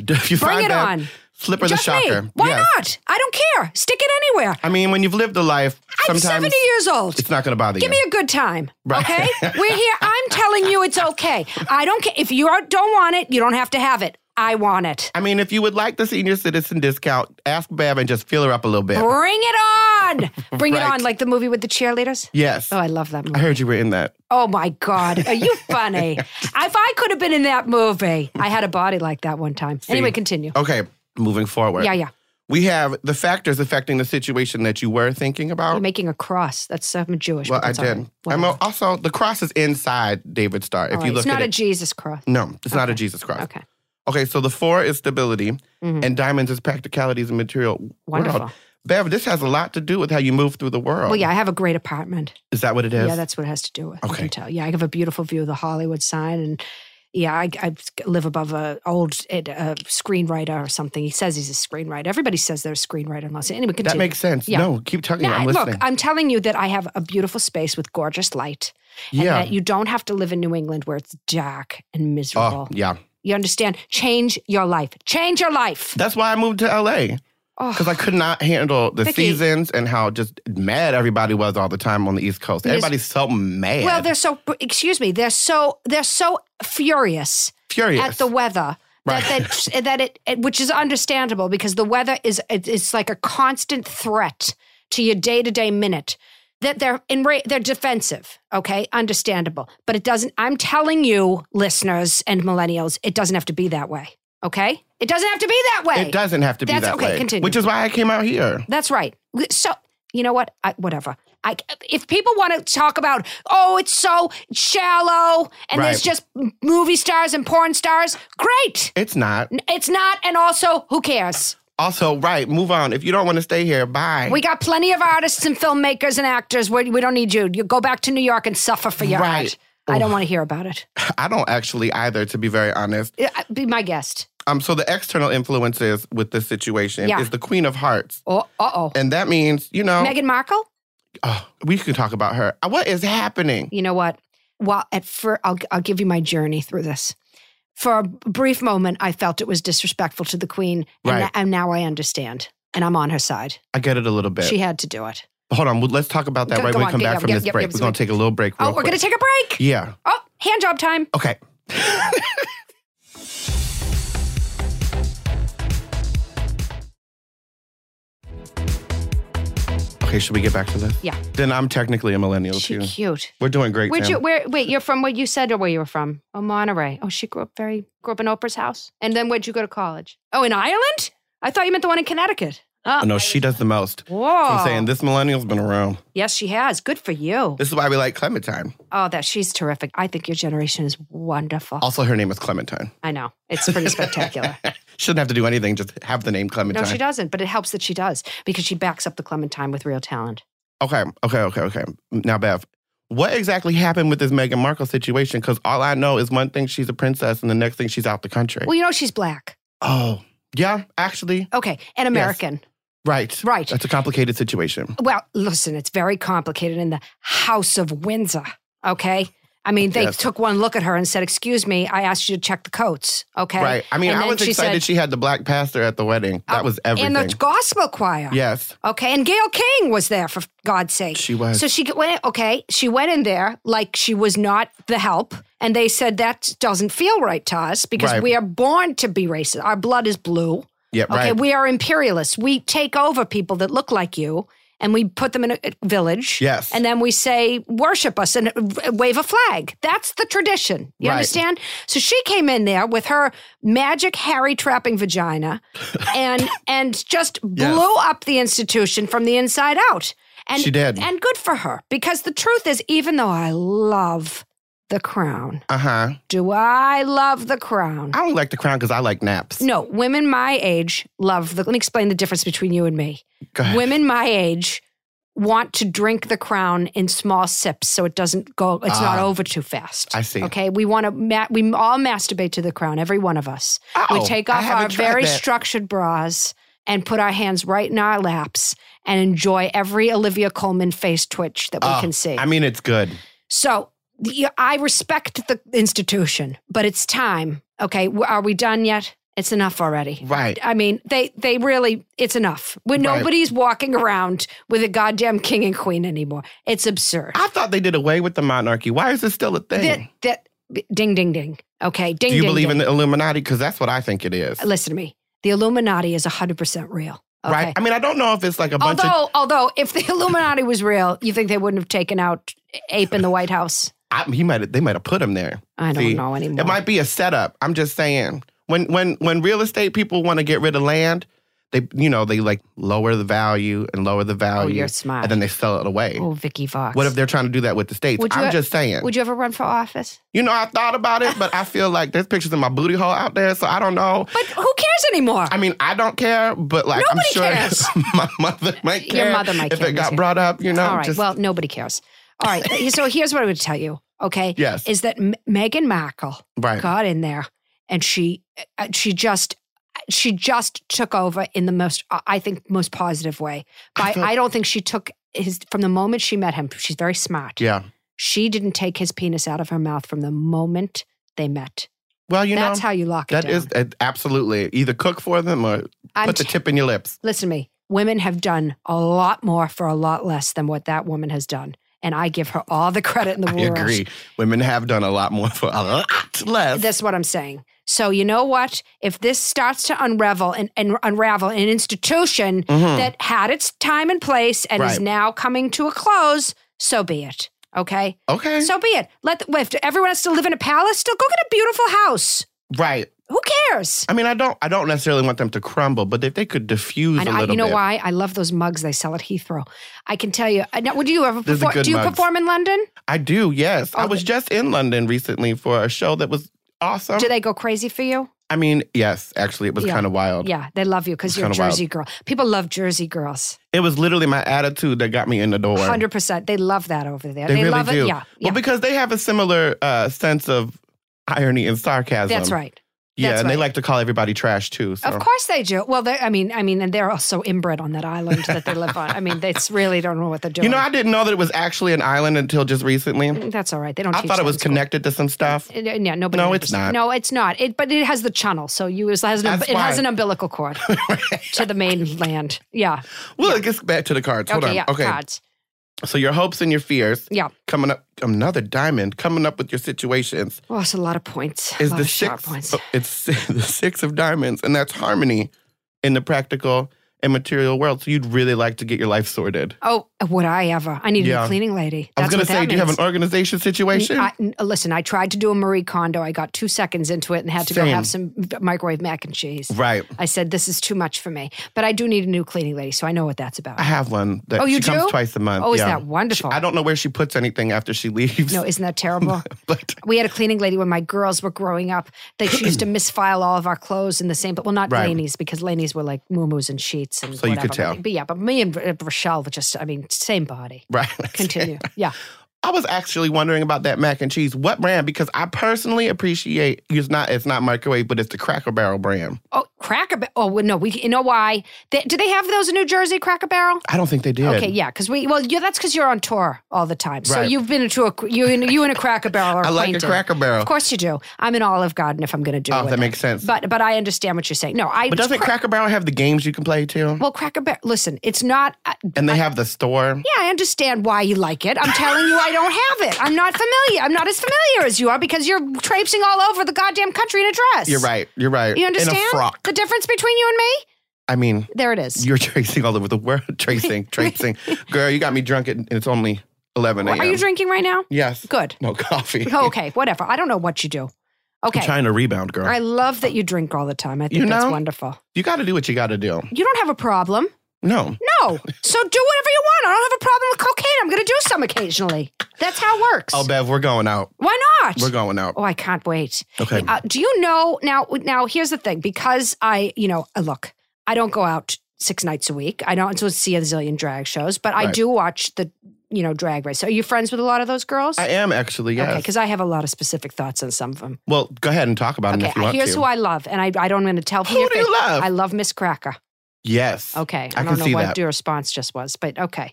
Speaker 1: If you
Speaker 2: Bring
Speaker 1: find
Speaker 2: it
Speaker 1: that,
Speaker 2: on.
Speaker 1: slip her the
Speaker 2: Just
Speaker 1: shocker.
Speaker 2: me. Why
Speaker 1: Yes.
Speaker 2: not? I don't care. Stick it anywhere.
Speaker 1: I mean, when you've lived a life,
Speaker 2: I'm
Speaker 1: sometimes
Speaker 2: 70 years old.
Speaker 1: it's not going to bother
Speaker 2: Give
Speaker 1: you.
Speaker 2: me a good time.
Speaker 1: Right.
Speaker 2: Okay? We're here. I'm telling you it's okay. I don't care. If you are- don't want it, you don't have to have it. I want it.
Speaker 1: I mean, if you would like the senior citizen discount, ask Bab and just fill her up a little bit.
Speaker 2: Bring it on. Bring it
Speaker 1: Right.
Speaker 2: on, like the movie with the cheerleaders.
Speaker 1: Yes.
Speaker 2: Oh, I love that movie.
Speaker 1: I heard you were in that.
Speaker 2: Oh my God. Are you funny? if I could have been in that movie, I had a body like that one time. Anyway, continue.
Speaker 1: Okay, moving forward.
Speaker 2: Yeah, yeah.
Speaker 1: We have the factors affecting the situation that you were thinking about.
Speaker 2: You're making a cross. That's I'm Jewish.
Speaker 1: well,
Speaker 2: but
Speaker 1: I
Speaker 2: that's all right.
Speaker 1: did. I'm a- also, the cross is inside David's star. If
Speaker 2: All
Speaker 1: you
Speaker 2: right.
Speaker 1: look
Speaker 2: It's not
Speaker 1: at
Speaker 2: a
Speaker 1: it.
Speaker 2: Jesus cross.
Speaker 1: no, it's not a Jesus cross.
Speaker 2: Okay. Mm-hmm.
Speaker 1: Okay, so the four is stability, and diamonds is practicalities and material. world.
Speaker 2: Wonderful.
Speaker 1: Bev, this has a lot to do with how you move through the world.
Speaker 2: Well, yeah, I have a great apartment.
Speaker 1: Is that what it is?
Speaker 2: Yeah, that's what it has to do with. I
Speaker 1: Okay.
Speaker 2: can tell. Yeah, I have a beautiful view of the Hollywood sign, and yeah, I, I live above a old uh, uh, screenwriter or something. He says he's a screenwriter. Everybody says they're a screenwriter unless anyway. Continue.
Speaker 1: that makes sense.
Speaker 2: Yeah.
Speaker 1: No, keep talking.
Speaker 2: Yeah,
Speaker 1: I'm listening.
Speaker 2: look, I'm telling you that I have a beautiful space with gorgeous light. And
Speaker 1: Yeah.
Speaker 2: that you don't have to live in New England where it's dark and miserable.
Speaker 1: oh, yeah.
Speaker 2: You understand? Change your life. Change your life.
Speaker 1: That's why I moved to LA.
Speaker 2: Oh,
Speaker 1: Because I could not handle the
Speaker 2: Vicky.
Speaker 1: seasons and how just mad everybody was all the time on the East Coast.
Speaker 2: Yes.
Speaker 1: Everybody's so mad.
Speaker 2: well, they're so excuse me, they're so they're so furious.
Speaker 1: furious.
Speaker 2: at the weather.
Speaker 1: Right.
Speaker 2: That, that, that it, it- which is understandable because the weather is it, it's like a constant threat to your day to day minute. That they're in they're defensive. Okay, understandable, but it doesn't. I'm telling you, listeners and millennials, it doesn't have to be that way. Okay, it doesn't have to be that way.
Speaker 1: it doesn't have to be
Speaker 2: That's-
Speaker 1: that
Speaker 2: okay,
Speaker 1: way.
Speaker 2: continue.
Speaker 1: Which is why I came out here.
Speaker 2: That's right. So you know what? I, whatever. I, if people want to talk about, oh, it's so shallow, and there's
Speaker 1: Right.
Speaker 2: just movie stars and porn stars, great.
Speaker 1: It's not.
Speaker 2: It's not, and also, who cares?
Speaker 1: Also, right, move on. If you don't want to stay here, bye.
Speaker 2: We got plenty of artists and filmmakers and actors. We, we don't need you. You go back to New York and suffer for your
Speaker 1: Right.
Speaker 2: art. I don't want to hear about it.
Speaker 1: I don't actually either, to be very honest.
Speaker 2: Yeah, I- Be my guest.
Speaker 1: Um, so the external influences with this situation
Speaker 2: Yeah.
Speaker 1: is the Queen of Hearts.
Speaker 2: Oh, uh oh.
Speaker 1: And that means, you know,
Speaker 2: Meghan Markle.
Speaker 1: oh, we can talk about her. Uh, What is happening?
Speaker 2: You know what? Well, at first, I'll I'll give you my journey through this. For a brief moment, I felt it was disrespectful to the Queen, and,
Speaker 1: Right.
Speaker 2: and now I understand, and I'm on her side.
Speaker 1: I get it a little bit.
Speaker 2: She had to do it.
Speaker 1: Hold on, well, let's talk about that
Speaker 2: Go-
Speaker 1: right
Speaker 2: go
Speaker 1: when
Speaker 2: on,
Speaker 1: we come
Speaker 2: yeah,
Speaker 1: back
Speaker 2: yeah,
Speaker 1: from
Speaker 2: yeah,
Speaker 1: this
Speaker 2: yeah,
Speaker 1: break.
Speaker 2: yeah,
Speaker 1: We're going to take a little break.
Speaker 2: Oh,
Speaker 1: real
Speaker 2: we're
Speaker 1: quick.
Speaker 2: gonna take a break.
Speaker 1: Yeah.
Speaker 2: Oh, hand job time.
Speaker 1: Okay. okay, should we get back to this?
Speaker 2: Yeah.
Speaker 1: Then I'm technically a millennial
Speaker 2: She
Speaker 1: too.
Speaker 2: cute.
Speaker 1: We're doing great.
Speaker 2: Where'd
Speaker 1: Sam.
Speaker 2: you, where, wait, you're from where you said or where you were from? Oh, Monterey. Oh, she grew up very, grew up in Oprah's house. And then where'd you go to college? Oh, in Ireland? I thought you meant the one in Connecticut. Oh,
Speaker 1: Oh, no, she does the most.
Speaker 2: Whoa.
Speaker 1: I'm saying this millennial's been around.
Speaker 2: Yes, she has. Good for you.
Speaker 1: This is why we like Clementine.
Speaker 2: Oh, that she's terrific. I think your generation is wonderful.
Speaker 1: Also, her name is Clementine.
Speaker 2: I know. It's pretty spectacular.
Speaker 1: She doesn't have to do anything, just have the name Clementine.
Speaker 2: No, she doesn't, but it helps that she does because she backs up the Clementine with real talent.
Speaker 1: Okay, okay, okay, okay. Now, Bev, what exactly happened with this Meghan Markle situation? Because all I know is one thing she's a princess, and the next thing she's out the country.
Speaker 2: Well, you know, she's black.
Speaker 1: oh, yeah, actually,
Speaker 2: Okay. And American.
Speaker 1: right.
Speaker 2: Right.
Speaker 1: That's a complicated situation.
Speaker 2: Well, listen, it's very complicated in the House of Windsor, okay? I mean, they
Speaker 1: Yes.
Speaker 2: took one look at her and said, Excuse me, I asked you to check the coats, okay?
Speaker 1: Right. I mean,
Speaker 2: And
Speaker 1: I
Speaker 2: then Oh,
Speaker 1: was excited she had the black pastor at the wedding. That was everything.
Speaker 2: And the gospel choir.
Speaker 1: yes,
Speaker 2: Okay, and Gail King was there for God's sake.
Speaker 1: She was.
Speaker 2: So she went. Okay, she went in there like she was not the help, and they said that doesn't feel right to us because
Speaker 1: Right.
Speaker 2: we are born to be racist. Our blood is blue.
Speaker 1: Yeah,
Speaker 2: Okay,
Speaker 1: right.
Speaker 2: we are imperialists. We take over people that look like you and we put them in a a village.
Speaker 1: Yes.
Speaker 2: And then we say, worship us and uh, wave a flag. That's the tradition. You
Speaker 1: Right.
Speaker 2: understand? So she came in there with her magic Harry trapping vagina and and just blew up the institution from the inside out. And
Speaker 1: She did.
Speaker 2: And good for her. Because the truth is, even though I love the crown,
Speaker 1: uh huh.
Speaker 2: do I love the crown?
Speaker 1: I don't like the crown because I like naps.
Speaker 2: No, women my age love the. Let me explain the difference between you and me.
Speaker 1: Go ahead.
Speaker 2: Women my age want to drink the crown in small sips so it doesn't go, it's not over too fast.
Speaker 1: Ah. I see.
Speaker 2: Okay. We want to, ma- we all masturbate to the crown, every one of us.
Speaker 1: Oh,
Speaker 2: we take
Speaker 1: I
Speaker 2: off
Speaker 1: haven't
Speaker 2: our
Speaker 1: tried
Speaker 2: very
Speaker 1: that.
Speaker 2: structured bras and put our hands right in our laps and enjoy every Olivia Coleman face twitch that we
Speaker 1: Oh,
Speaker 2: can see.
Speaker 1: I mean, it's good.
Speaker 2: So the, I respect the institution, but it's time. Okay, w- are we done yet? It's enough already.
Speaker 1: Right.
Speaker 2: I mean, they they really it's enough. When
Speaker 1: Right.
Speaker 2: nobody's walking around with a goddamn king and queen anymore, it's absurd.
Speaker 1: I thought they did away with the monarchy. Why is this still a thing?
Speaker 2: That that ding ding ding. Okay, ding.
Speaker 1: Do you
Speaker 2: ding,
Speaker 1: believe in
Speaker 2: ding. Uh,
Speaker 1: the Illuminati? Because that's what I think it is.
Speaker 2: Listen to me. The Illuminati is hundred percent real. Okay.
Speaker 1: Right? I mean, I don't know if it's like a bunch of.
Speaker 2: Although, although, if the Illuminati was real, you think they wouldn't have taken out ape in the White House?
Speaker 1: I, he might. They might have put him there.
Speaker 2: I don't
Speaker 1: See,
Speaker 2: know anymore.
Speaker 1: It might be a setup. I'm just saying. When when when real estate people want to get rid of land, they you know they like lower the value and lower the
Speaker 2: oh,
Speaker 1: value,
Speaker 2: you're smart.
Speaker 1: and then they sell it away.
Speaker 2: oh, Vicky Vox.
Speaker 1: What if they're trying to do that with the states?
Speaker 2: Would you
Speaker 1: I'm
Speaker 2: ha-
Speaker 1: just saying.
Speaker 2: Would you ever run for office?
Speaker 1: you know, I thought about it, but I feel like there's pictures of my booty hole out there, so I don't know.
Speaker 2: But who cares anymore?
Speaker 1: I mean, I don't care, but like
Speaker 2: Nobody
Speaker 1: I'm sure
Speaker 2: cares.
Speaker 1: my mother might
Speaker 2: Your
Speaker 1: care.
Speaker 2: mother might
Speaker 1: if
Speaker 2: care,
Speaker 1: it
Speaker 2: me
Speaker 1: got
Speaker 2: too.
Speaker 1: brought up. You know,
Speaker 2: All right.
Speaker 1: just
Speaker 2: well, nobody cares. All right. so here's what I would tell you. Okay.
Speaker 1: Yes.
Speaker 2: Is that M- Meghan Markle
Speaker 1: right.
Speaker 2: got in there and she uh, she just she just took over in the most uh, I think most positive way. By
Speaker 1: I
Speaker 2: I,
Speaker 1: thought-
Speaker 2: don't think she took his from the moment she met him. She's very smart.
Speaker 1: Yeah.
Speaker 2: She didn't take his penis out of her mouth from the moment they met.
Speaker 1: Well, you
Speaker 2: That's
Speaker 1: know,
Speaker 2: how you lock it
Speaker 1: that
Speaker 2: down.
Speaker 1: is uh, absolutely either cook for them or
Speaker 2: I'm
Speaker 1: put the
Speaker 2: t-
Speaker 1: tip in your lips.
Speaker 2: listen to me, women have done a lot more for a lot less than what that woman has done. And I give her all the credit in the
Speaker 1: I
Speaker 2: world.
Speaker 1: agree. Women have done a lot more for a lot less.
Speaker 2: That's what I'm saying. So you know what? If this starts to unravel and, and unravel an institution
Speaker 1: Mhm.
Speaker 2: that had its time and place and is
Speaker 1: Right.
Speaker 2: now coming to a close, so be it. Okay,
Speaker 1: okay.
Speaker 2: so be it. Let the, if everyone has to live in a palace, still go get a beautiful house.
Speaker 1: right.
Speaker 2: Who cares?
Speaker 1: I mean, I don't. I don't necessarily want them to crumble, but if they could diffuse
Speaker 2: And
Speaker 1: a
Speaker 2: I,
Speaker 1: little
Speaker 2: you know
Speaker 1: bit.
Speaker 2: why? I love those mugs they sell at Heathrow. I can tell you. I, now, would you ever
Speaker 1: Those are
Speaker 2: perform?
Speaker 1: good
Speaker 2: Do you
Speaker 1: mugs.
Speaker 2: perform in London?
Speaker 1: I do. Yes, I
Speaker 2: Oh,
Speaker 1: was just in London recently for a show that was awesome.
Speaker 2: Do they go crazy for you?
Speaker 1: I mean, yes, actually, it was
Speaker 2: Yeah.
Speaker 1: kind of wild.
Speaker 2: Yeah, they love you because
Speaker 1: Oh. It's
Speaker 2: you're a
Speaker 1: kinda wild.
Speaker 2: Jersey girl. People love Jersey girls.
Speaker 1: It was literally my attitude that got me in the door.
Speaker 2: 100%. They love that over there.
Speaker 1: They, really
Speaker 2: love
Speaker 1: do.
Speaker 2: it. Yeah. yeah.
Speaker 1: Well, because they have a similar uh, sense of irony and sarcasm.
Speaker 2: That's right.
Speaker 1: Yeah,
Speaker 2: That's
Speaker 1: and they
Speaker 2: right.
Speaker 1: like to call everybody trash too. um, So.
Speaker 2: Of course they do. Well, they, I mean, I mean, and they're also inbred on that island that they live on. I mean, they really don't know what they're doing.
Speaker 1: You know, I didn't know that it was actually an island until just recently.
Speaker 2: that's all right. They don't.
Speaker 1: I
Speaker 2: teach
Speaker 1: thought
Speaker 2: that
Speaker 1: it was
Speaker 2: in school.
Speaker 1: connected to some stuff.
Speaker 2: Uh, Yeah, nobody.
Speaker 1: No, it's not.
Speaker 2: understands. No, it's not. It, but it has the channel, so you it has an
Speaker 1: That's
Speaker 2: it has
Speaker 1: why.
Speaker 2: an umbilical cord to the mainland. Yeah.
Speaker 1: Well, it gets back to the cards. Hold
Speaker 2: okay.
Speaker 1: on.
Speaker 2: Yeah.
Speaker 1: okay.
Speaker 2: Cards.
Speaker 1: So your hopes and your fears
Speaker 2: Yeah.
Speaker 1: coming up another diamond coming up with your situations
Speaker 2: Well, Oh, it's a lot of points.
Speaker 1: is
Speaker 2: a lot
Speaker 1: the
Speaker 2: of sharp
Speaker 1: six
Speaker 2: points.
Speaker 1: oh, it's the six of diamonds and that's harmony in the practical and material world. So you'd really like to get your life sorted.
Speaker 2: Oh, would I ever? I need
Speaker 1: Yeah.
Speaker 2: a cleaning lady.
Speaker 1: I was
Speaker 2: That's
Speaker 1: going to
Speaker 2: what
Speaker 1: say,
Speaker 2: that
Speaker 1: do you have an
Speaker 2: means.
Speaker 1: organization situation?
Speaker 2: I- n- listen, I tried to do a Marie Kondo. I got two seconds into it and had to go
Speaker 1: Same.
Speaker 2: have some microwave mac and cheese.
Speaker 1: right.
Speaker 2: I said, this is too much for me. But I do need a new cleaning lady, so I know what that's about.
Speaker 1: I have one that
Speaker 2: Oh, you
Speaker 1: she
Speaker 2: do?
Speaker 1: comes twice a month.
Speaker 2: oh, is
Speaker 1: yeah.
Speaker 2: that wonderful?
Speaker 1: I don't know where she puts anything after she leaves.
Speaker 2: no, isn't that terrible?
Speaker 1: but
Speaker 2: we had a cleaning lady when my girls were growing up. They she used to misfile all of our clothes in the same, but well, not
Speaker 1: Right.
Speaker 2: Laney's because Laney's were like muumuus and sheets and
Speaker 1: So you
Speaker 2: whatever.
Speaker 1: could tell.
Speaker 2: But yeah, but me and uh, Rochelle were just, I mean, same body.
Speaker 1: right.
Speaker 2: Continue. yeah.
Speaker 1: I was actually wondering about that mac and cheese. What brand? Because I personally appreciate it's not it's not microwave, but it's the Cracker Barrel brand.
Speaker 2: Oh, Cracker Barrel. Oh, well, no, we. You know why? They, do they have those in New Jersey, Cracker Barrel?
Speaker 1: I don't think they did.
Speaker 2: Okay, yeah, because we. Well, you that's because you're on tour all the time. So
Speaker 1: Right.
Speaker 2: you've been to a you and you and a Cracker Barrel. Are
Speaker 1: I like a
Speaker 2: acquainted.
Speaker 1: Cracker Barrel.
Speaker 2: Of course you do. I'm an Olive Garden if I'm going to do it.
Speaker 1: Oh, that makes sense.
Speaker 2: But but I understand what you're saying. No, I.
Speaker 1: But doesn't
Speaker 2: Cra-
Speaker 1: Cracker Barrel have the games you can play too?
Speaker 2: well, Cracker Barrel. Listen, it's not. I-
Speaker 1: And they have the store.
Speaker 2: yeah, I understand why you like it. I'm telling you, I don't have it. I'm not familiar. I'm not as familiar as you are because you're traipsing all over the goddamn country in a dress.
Speaker 1: You're right. You're right.
Speaker 2: You understand
Speaker 1: In a frock.
Speaker 2: the difference between you and me?
Speaker 1: I mean,
Speaker 2: There it is.
Speaker 1: you're tracing all over the world. tracing, tracing. Girl, you got me drunk and it's only 11 a.m.
Speaker 2: Are you drinking right now?
Speaker 1: Yes.
Speaker 2: Good.
Speaker 1: No coffee.
Speaker 2: Oh, okay, whatever. I don't know what you do. Okay.
Speaker 1: I'm trying to rebound, girl.
Speaker 2: I love that you drink all the time. I think
Speaker 1: You
Speaker 2: that's
Speaker 1: know?
Speaker 2: wonderful.
Speaker 1: you got to do what you got to do.
Speaker 2: You don't have a problem.
Speaker 1: No.
Speaker 2: No. so do whatever you want. I don't have a problem with cocaine. I'm going to do some occasionally. That's how it works.
Speaker 1: Oh, Bev, we're going out.
Speaker 2: Why not?
Speaker 1: We're going out.
Speaker 2: Oh, I can't wait.
Speaker 1: Okay.
Speaker 2: Uh, do you know now? Now, here's the thing. Because I, you know, uh, look, I don't go out six nights a week. I don't see a zillion drag shows, but I
Speaker 1: Right.
Speaker 2: do watch the, you know, drag race. Are you friends with a lot of those girls?
Speaker 1: I am actually, yes.
Speaker 2: Okay, because I have a lot of specific thoughts on some of them.
Speaker 1: well, go ahead and talk about it
Speaker 2: Okay,
Speaker 1: if you want
Speaker 2: here's
Speaker 1: to.
Speaker 2: who I love, and I, I don't want to tell
Speaker 1: Who do you love?
Speaker 2: I love Miss Cracker.
Speaker 1: Yes.
Speaker 2: Okay.
Speaker 1: I,
Speaker 2: I,
Speaker 1: can
Speaker 2: don't know
Speaker 1: see
Speaker 2: what
Speaker 1: that.
Speaker 2: your response just was, but okay.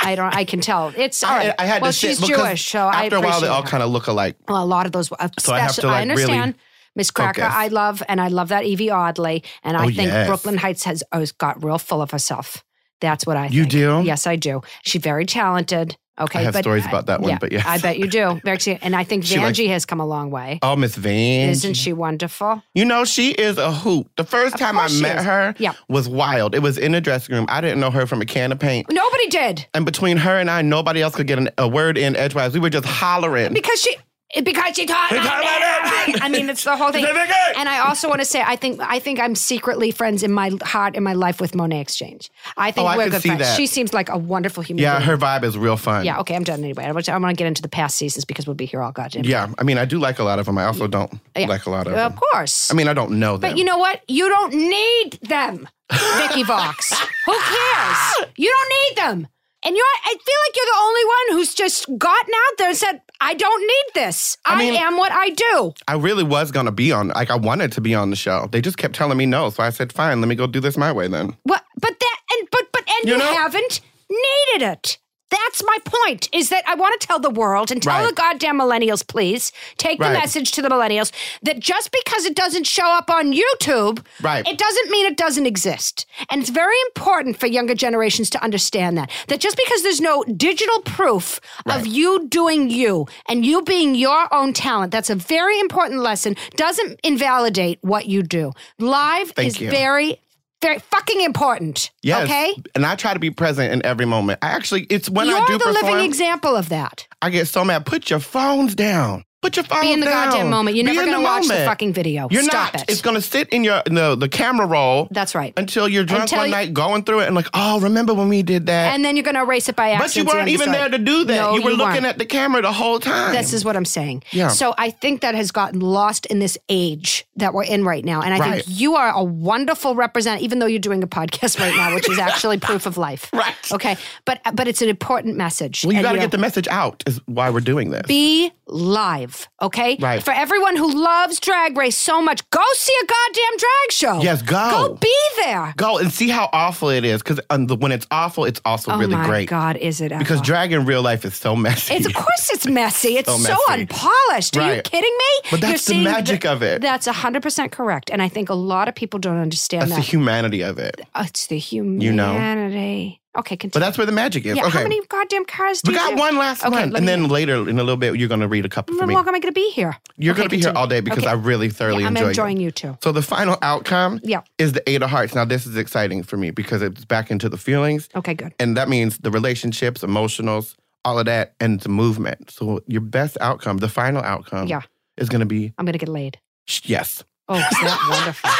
Speaker 2: I don't. I can tell it's. all
Speaker 1: I,
Speaker 2: right.
Speaker 1: I had
Speaker 2: well,
Speaker 1: to sit
Speaker 2: she's
Speaker 1: because
Speaker 2: Jewish, so I
Speaker 1: after a while they
Speaker 2: appreciate
Speaker 1: all
Speaker 2: her.
Speaker 1: kind of look alike.
Speaker 2: Well, a lot of those. uh,
Speaker 1: So I have
Speaker 2: special-
Speaker 1: to, like, really
Speaker 2: understand. Miss Cracker,
Speaker 1: focus.
Speaker 2: I love, and I love that Evie Oddly, and I
Speaker 1: Oh,
Speaker 2: think
Speaker 1: yes.
Speaker 2: Brooklyn Heights has always got real full of herself. That's what I.
Speaker 1: You
Speaker 2: think.
Speaker 1: do?
Speaker 2: Yes, I do. She's very talented. Okay,
Speaker 1: I have
Speaker 2: but
Speaker 1: stories about that one,
Speaker 2: yeah,
Speaker 1: but yes.
Speaker 2: I bet you do. Very, talented. and I think
Speaker 1: She likes-
Speaker 2: Vanjie has come a long way.
Speaker 1: Oh, Miss Van.
Speaker 2: Isn't she wonderful?
Speaker 1: You know, she is a hoot. The first
Speaker 2: Of
Speaker 1: time I
Speaker 2: course she
Speaker 1: met
Speaker 2: is.
Speaker 1: her
Speaker 2: Yeah.
Speaker 1: was wild. It was in the dressing room. I didn't know her from a can of paint.
Speaker 2: Nobody did.
Speaker 1: And between her and I, nobody else could get an, a word in edgewise. We were just hollering.
Speaker 2: because she because she taught
Speaker 1: Because
Speaker 2: about
Speaker 1: I
Speaker 2: it.
Speaker 1: did.
Speaker 2: I mean, it's the whole thing.
Speaker 1: Because I did.
Speaker 2: And I also want to say, I think I think I'm secretly friends in my heart in my life with Monet Exchange. I think
Speaker 1: Oh, I
Speaker 2: we're
Speaker 1: could
Speaker 2: good
Speaker 1: see
Speaker 2: friends.
Speaker 1: that.
Speaker 2: She seems like a wonderful human.
Speaker 1: yeah,
Speaker 2: being.
Speaker 1: her vibe is real fun.
Speaker 2: Yeah. Okay, I'm done anyway. I want to, I want to get into the past seasons because we'll be here all goddamn.
Speaker 1: Yeah, I mean, I do like a lot of them. I also don't
Speaker 2: Yeah.
Speaker 1: like a lot of
Speaker 2: Of
Speaker 1: them.
Speaker 2: course.
Speaker 1: I mean, I don't know them.
Speaker 2: But you know what? You don't need them, Vicky Vox. Who cares? You don't need them. And you're, I feel like you're the only one who's just gotten out there and said, I don't need this. I,
Speaker 1: mean-
Speaker 2: am what I do.
Speaker 1: I really was gonna be on. Like, I wanted to be on the show. They just kept telling me no, so I said, "Fine, let me go do this my way then."
Speaker 2: What? But that, and, but, but, and
Speaker 1: You
Speaker 2: you,
Speaker 1: know-
Speaker 2: haven't needed it. That's my point is that I want to tell the world and tell
Speaker 1: Right.
Speaker 2: the goddamn millennials, please take the
Speaker 1: Right.
Speaker 2: message to the millennials that just because it doesn't show up on YouTube,
Speaker 1: Right.
Speaker 2: it doesn't mean it doesn't exist. And it's very important for younger generations to understand that. That just because there's no digital proof
Speaker 1: Right.
Speaker 2: of you doing you and you being your own talent, that's a very important lesson, doesn't invalidate what you do. Live
Speaker 1: Thank
Speaker 2: is
Speaker 1: you.
Speaker 2: very, very fucking important.
Speaker 1: Yes.
Speaker 2: Okay?
Speaker 1: And I try to be present in every moment. I actually, it's when I
Speaker 2: You're
Speaker 1: do
Speaker 2: the
Speaker 1: perform,
Speaker 2: living example of that.
Speaker 1: I get so mad. Put your phones down. Put your phone down.
Speaker 2: Be in the goddamn moment. You're
Speaker 1: Oh, Be
Speaker 2: never
Speaker 1: in
Speaker 2: gonna watch the
Speaker 1: moment.
Speaker 2: fucking video.
Speaker 1: You're
Speaker 2: Stop
Speaker 1: not.
Speaker 2: it.
Speaker 1: It's gonna sit in your in the, the camera roll.
Speaker 2: That's right.
Speaker 1: Until you're drunk
Speaker 2: Until
Speaker 1: one
Speaker 2: you-
Speaker 1: night going through it and like, oh, remember when we did that?
Speaker 2: And then you're going to erase it by
Speaker 1: but you
Speaker 2: accident.
Speaker 1: weren't even there to do that.
Speaker 2: No,
Speaker 1: you were
Speaker 2: you
Speaker 1: looking
Speaker 2: weren't.
Speaker 1: at the camera the whole time.
Speaker 2: This is what I'm saying.
Speaker 1: Yeah.
Speaker 2: So I think that has gotten lost in this age that we're in right now. And I
Speaker 1: Right.
Speaker 2: think you are a wonderful representative, even though you're doing a podcast right now, which is actually proof of life.
Speaker 1: Right.
Speaker 2: Okay. But but it's an important message.
Speaker 1: well, you
Speaker 2: And,
Speaker 1: got to
Speaker 2: know,
Speaker 1: get the message out. Is why we're doing this.
Speaker 2: be live. Okay.
Speaker 1: Right.
Speaker 2: For everyone who loves drag race so much, go see a goddamn drag show.
Speaker 1: Yes, go.
Speaker 2: Go be there.
Speaker 1: Go and see how awful it is. Because when it's awful, it's also really
Speaker 2: oh my
Speaker 1: great.
Speaker 2: God, is it ever.
Speaker 1: Because drag in real life is so messy.
Speaker 2: It's of course it's messy. It's so,
Speaker 1: messy.
Speaker 2: unpolished. Are you
Speaker 1: Right.
Speaker 2: kidding me?
Speaker 1: But that's
Speaker 2: You're
Speaker 1: the
Speaker 2: seeing
Speaker 1: magic of it.
Speaker 2: That's hundred percent correct, and I think a lot of people don't understand
Speaker 1: That's the
Speaker 2: that.
Speaker 1: humanity of it.
Speaker 2: Oh, it's the humanity.
Speaker 1: know.
Speaker 2: Okay,
Speaker 1: But
Speaker 2: continue.
Speaker 1: that's where the magic is.
Speaker 2: yeah,
Speaker 1: okay.
Speaker 2: how many goddamn cars do
Speaker 1: we
Speaker 2: you
Speaker 1: got
Speaker 2: do?
Speaker 1: one last
Speaker 2: Okay,
Speaker 1: one.
Speaker 2: let
Speaker 1: And
Speaker 2: me-
Speaker 1: then later in a little bit, you're going to read a couple for
Speaker 2: How
Speaker 1: me.
Speaker 2: long am I going to be here?
Speaker 1: You're
Speaker 2: Okay,
Speaker 1: going to be here
Speaker 2: continue.
Speaker 1: all day because
Speaker 2: Okay.
Speaker 1: I really thoroughly
Speaker 2: I'm
Speaker 1: enjoy you.
Speaker 2: enjoying you too.
Speaker 1: So the final outcome
Speaker 2: Yeah.
Speaker 1: is the Eight of Hearts. Now, this is exciting for me because it's back into the feelings.
Speaker 2: Okay, good.
Speaker 1: And that means the relationships, emotionals, all of that, and the movement. So your best outcome, the final outcome,
Speaker 2: Yeah.
Speaker 1: is going to be
Speaker 2: I'm going to get laid.
Speaker 1: sh- yes.
Speaker 2: Oh, is that wonderful?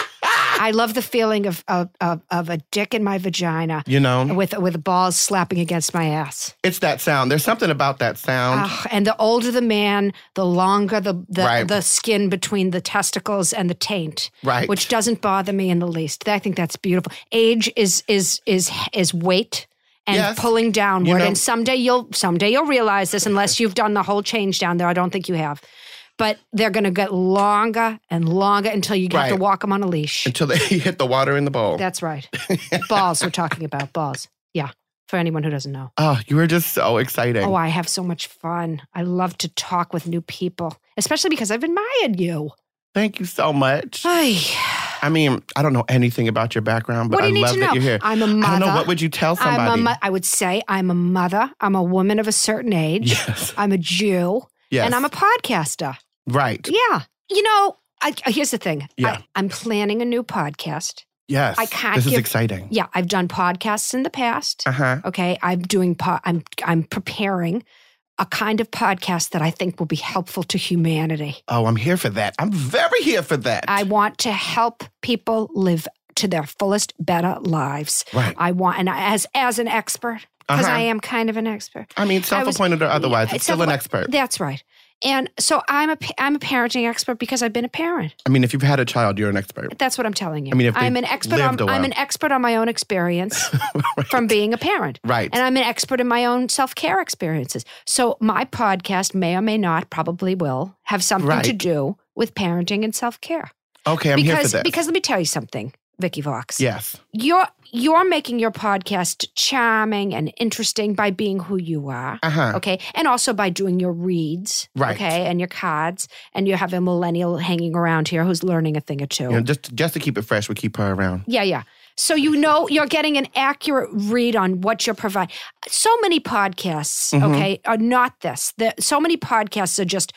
Speaker 2: I love the feeling of of, of of a dick in my vagina
Speaker 1: You know,
Speaker 2: with with balls slapping against my ass.
Speaker 1: it's that sound. There's something about that sound.
Speaker 2: Ugh, and the older the man, the longer the the,
Speaker 1: Right.
Speaker 2: the skin between the testicles and the taint,
Speaker 1: Right.
Speaker 2: Which doesn't bother me in the least. I think that's beautiful. Age is is is is weight and
Speaker 1: Yes.
Speaker 2: pulling downward.
Speaker 1: know-
Speaker 2: and someday you'll someday you'll realize this, unless you've done the whole change down there. I don't think you have, but they're going to get longer and longer until you have
Speaker 1: Right.
Speaker 2: to walk them on a leash.
Speaker 1: Until they hit the water in the bowl.
Speaker 2: That's right. balls. We're talking about balls. Yeah. For anyone who doesn't know.
Speaker 1: oh, you were just so exciting.
Speaker 2: Oh, I have so much fun. I love to talk with new people, especially because I've admired you.
Speaker 1: Thank you so much.
Speaker 2: Ay,
Speaker 1: I mean, I don't know anything about your background, but
Speaker 2: what do
Speaker 1: I
Speaker 2: you need
Speaker 1: love
Speaker 2: to
Speaker 1: that
Speaker 2: know?
Speaker 1: you're here.
Speaker 2: I'm a mother.
Speaker 1: I don't know what would you tell somebody.
Speaker 2: I'm a mo- I would say I'm a mother. I'm a woman of a certain age.
Speaker 1: yes,
Speaker 2: I'm a Jew.
Speaker 1: yes,
Speaker 2: And I'm a podcaster.
Speaker 1: right.
Speaker 2: Yeah. You know, I, here's the thing.
Speaker 1: Yeah.
Speaker 2: I, am planning a new podcast.
Speaker 1: Yes,
Speaker 2: I can't
Speaker 1: This is
Speaker 2: give-
Speaker 1: exciting.
Speaker 2: Yeah, I've done podcasts in the past.
Speaker 1: Uh huh.
Speaker 2: Okay, I'm doing. Po- I'm I'm preparing a kind of podcast that I think will be helpful to humanity.
Speaker 1: Oh, I'm here for that. I'm very here for that.
Speaker 2: I want to help people live to their fullest, better lives.
Speaker 1: Right.
Speaker 2: I want, and I, as as an expert, because
Speaker 1: Uh-huh.
Speaker 2: I am kind of an expert.
Speaker 1: I mean,
Speaker 2: I was-
Speaker 1: self-appointed or otherwise,
Speaker 2: Yeah,
Speaker 1: it's still an
Speaker 2: self-appoint-
Speaker 1: expert.
Speaker 2: That's right. And so I'm a pa- I'm a parenting expert because I've been a parent.
Speaker 1: I mean, if you've had a child, you're an expert.
Speaker 2: That's what I'm telling you.
Speaker 1: I mean, if
Speaker 2: I'm
Speaker 1: they've
Speaker 2: an expert
Speaker 1: lived
Speaker 2: on
Speaker 1: a
Speaker 2: I'm
Speaker 1: while.
Speaker 2: an expert on my own experience from being a parent.
Speaker 1: Right.
Speaker 2: And I'm an expert in my own self care experiences. So my podcast may or may not, probably will, have something to
Speaker 1: Right.
Speaker 2: do with parenting and self care.
Speaker 1: Okay, I'm here for
Speaker 2: because
Speaker 1: that.
Speaker 2: because let me tell you something. Vicky Vox.
Speaker 1: Yes.
Speaker 2: You're you're making your podcast charming and interesting by being who you are.
Speaker 1: Uh-huh.
Speaker 2: Okay. And also by doing your reads.
Speaker 1: Right.
Speaker 2: Okay. And your cards. And you have a millennial hanging around here who's learning a thing or two.
Speaker 1: You know, just just to keep it fresh, we keep her around.
Speaker 2: Yeah, yeah. So you know you're getting an accurate read on what you're providing. So many podcasts,
Speaker 1: Mm-hmm.
Speaker 2: okay, are not this. The, so many podcasts are just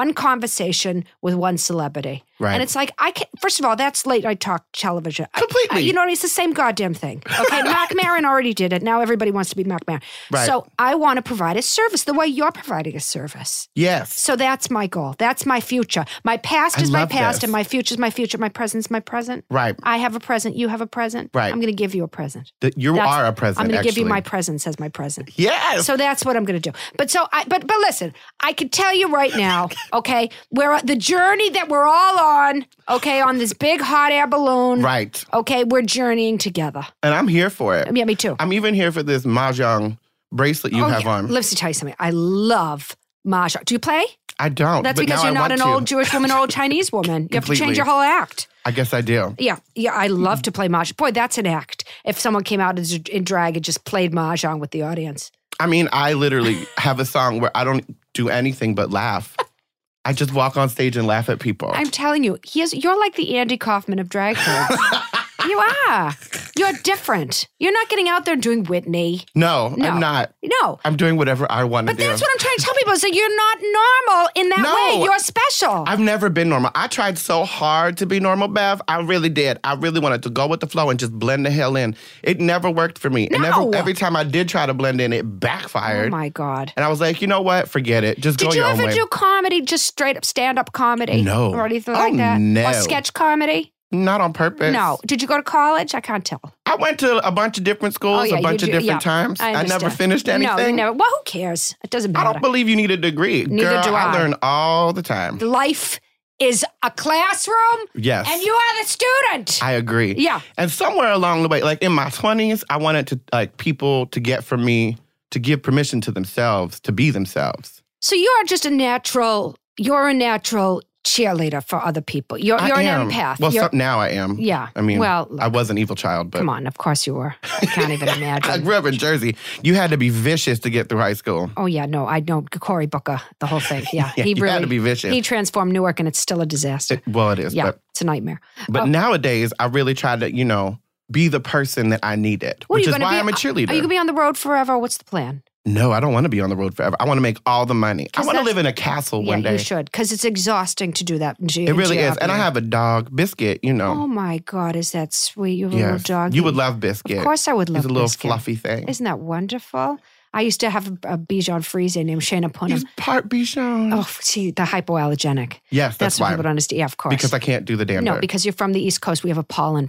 Speaker 2: one conversation with one celebrity,
Speaker 1: Right.
Speaker 2: and it's like I can. not First of all, that's late night talk television. I-
Speaker 1: Completely.
Speaker 2: I- you know, what I mean? it's the same goddamn thing. Okay, Mac Maron already did it. Now everybody wants to be Mac Maron.
Speaker 1: Right.
Speaker 2: So I want to provide a service the way you're providing a service.
Speaker 1: Yes.
Speaker 2: So that's my goal. That's my future. My past
Speaker 1: I
Speaker 2: is my
Speaker 1: love
Speaker 2: past,
Speaker 1: this.
Speaker 2: and my future is my future. My present is my present.
Speaker 1: Right.
Speaker 2: I have a present. You have a present.
Speaker 1: Right.
Speaker 2: I'm going to give you a present.
Speaker 1: That you
Speaker 2: That's-
Speaker 1: are a president.
Speaker 2: I'm going to give you
Speaker 1: actually.
Speaker 2: my present, says my present.
Speaker 1: Yes.
Speaker 2: So that's what I'm going to do. But so I, but but listen, I can tell you right now, okay, where the journey that we're all on, okay, on this big hot air balloon,
Speaker 1: right.
Speaker 2: okay, we're journeying together.
Speaker 1: And I'm here for it.
Speaker 2: Yeah, me too.
Speaker 1: I'm even here for this mahjong bracelet you
Speaker 2: Oh,
Speaker 1: have
Speaker 2: yeah.
Speaker 1: on.
Speaker 2: Let me tell you something. I love mahjong. Do you play?
Speaker 1: I don't.
Speaker 2: That's
Speaker 1: but
Speaker 2: because
Speaker 1: now
Speaker 2: you're
Speaker 1: I
Speaker 2: not an
Speaker 1: want
Speaker 2: old
Speaker 1: to.
Speaker 2: Jewish woman or old Chinese woman. You have to
Speaker 1: Completely. Mm.
Speaker 2: change your whole act.
Speaker 1: I guess I do.
Speaker 2: Yeah, yeah, I love to play mahjong. Boy, that's an act. If someone came out as- in drag and just played mahjong with the audience,
Speaker 1: I mean, I literally have a song where I don't do anything but laugh. I just walk on stage and laugh at people.
Speaker 2: I'm telling you, he is, you're like the Andy Kaufman of drag queens. you are. You're different. You're not getting out there doing Whitney.
Speaker 1: no,
Speaker 2: No.
Speaker 1: I'm not.
Speaker 2: No.
Speaker 1: I'm doing whatever I want to
Speaker 2: But
Speaker 1: do.
Speaker 2: that's what I'm trying to tell people is that you're not normal in that
Speaker 1: No.
Speaker 2: way. You're special. Oh
Speaker 1: I've never been normal. I tried so hard to be normal, Bev. I really did. I really wanted to go with the flow and just blend the hell in. It never worked for me. And
Speaker 2: No.
Speaker 1: every, every time I did try to blend in, it
Speaker 2: oh
Speaker 1: backfired.
Speaker 2: my God.
Speaker 1: and I was like, you know what? Forget it. Just go
Speaker 2: Did you
Speaker 1: your own
Speaker 2: ever
Speaker 1: way.
Speaker 2: do comedy, just straight up stand up comedy?
Speaker 1: No.
Speaker 2: Or anything
Speaker 1: Oh,
Speaker 2: like that?
Speaker 1: no.
Speaker 2: Or sketch comedy?
Speaker 1: Not on purpose.
Speaker 2: No. Did you go to college? I can't tell.
Speaker 1: I went to a bunch of different schools, a
Speaker 2: you
Speaker 1: bunch of
Speaker 2: do-
Speaker 1: different
Speaker 2: Oh, yeah,
Speaker 1: times. I, never
Speaker 2: understand.
Speaker 1: finished
Speaker 2: No, you
Speaker 1: anything.
Speaker 2: never. Well, who cares? It doesn't
Speaker 1: I
Speaker 2: matter.
Speaker 1: don't believe you need a degree.
Speaker 2: Neither
Speaker 1: Girl,
Speaker 2: do I.
Speaker 1: learn all the time.
Speaker 2: Life is a classroom,
Speaker 1: Yes.
Speaker 2: and you are the student.
Speaker 1: I agree.
Speaker 2: Yeah.
Speaker 1: And somewhere along the way, like in my 20s, I wanted to like people to get from me to give permission to themselves to be themselves.
Speaker 2: so you are just a natural. You're a natural cheerleader for other people. You're, you're
Speaker 1: I
Speaker 2: an
Speaker 1: am.
Speaker 2: empath.
Speaker 1: Well,
Speaker 2: You're-
Speaker 1: some- now I am.
Speaker 2: yeah.
Speaker 1: I mean,
Speaker 2: well,
Speaker 1: I
Speaker 2: look,
Speaker 1: was an evil child, but
Speaker 2: come on. Of course you were. I can't even
Speaker 1: I
Speaker 2: imagine.
Speaker 1: grew up in Jersey. You had to be vicious to get through high school.
Speaker 2: Oh yeah, no, I know Cory Booker, the whole thing. Yeah,
Speaker 1: Yeah,
Speaker 2: he
Speaker 1: you
Speaker 2: really
Speaker 1: had to be vicious.
Speaker 2: He transformed Newark, and it's still a disaster.
Speaker 1: It- well, it is,
Speaker 2: yeah,
Speaker 1: but
Speaker 2: it's a nightmare.
Speaker 1: but nowadays I really try to, you know, be the person that I needed, which
Speaker 2: What are you
Speaker 1: is
Speaker 2: going to
Speaker 1: why
Speaker 2: be?
Speaker 1: I'm a cheerleader.
Speaker 2: Are you going to be on the road forever? What's the plan?
Speaker 1: no, I don't want to be on the road forever. I want to make all the money. I
Speaker 2: 'Cause
Speaker 1: want to
Speaker 2: that's-
Speaker 1: live in a castle
Speaker 2: yeah,
Speaker 1: one day.
Speaker 2: you should, because it's exhausting to do that. in G-
Speaker 1: It really
Speaker 2: in
Speaker 1: is. And I
Speaker 2: GRPO.
Speaker 1: have a dog, Biscuit, you know.
Speaker 2: Oh my God, is that sweet? You have a
Speaker 1: Yes.
Speaker 2: little dog.
Speaker 1: You would love Biscuit.
Speaker 2: Of course, I would love.
Speaker 1: He's a little
Speaker 2: Biscuit.
Speaker 1: fluffy thing.
Speaker 2: Isn't that wonderful? I used to have a, a Bichon Frise named Shana Punham.
Speaker 1: He's part Bichon.
Speaker 2: Oh, see, the hypoallergenic.
Speaker 1: yes,
Speaker 2: That's,
Speaker 1: that's,
Speaker 2: what
Speaker 1: why.
Speaker 2: people don't understand. Yeah, of course.
Speaker 1: Because I can't do the damn
Speaker 2: no,
Speaker 1: bird.
Speaker 2: because you're from the East Coast. We have a pollen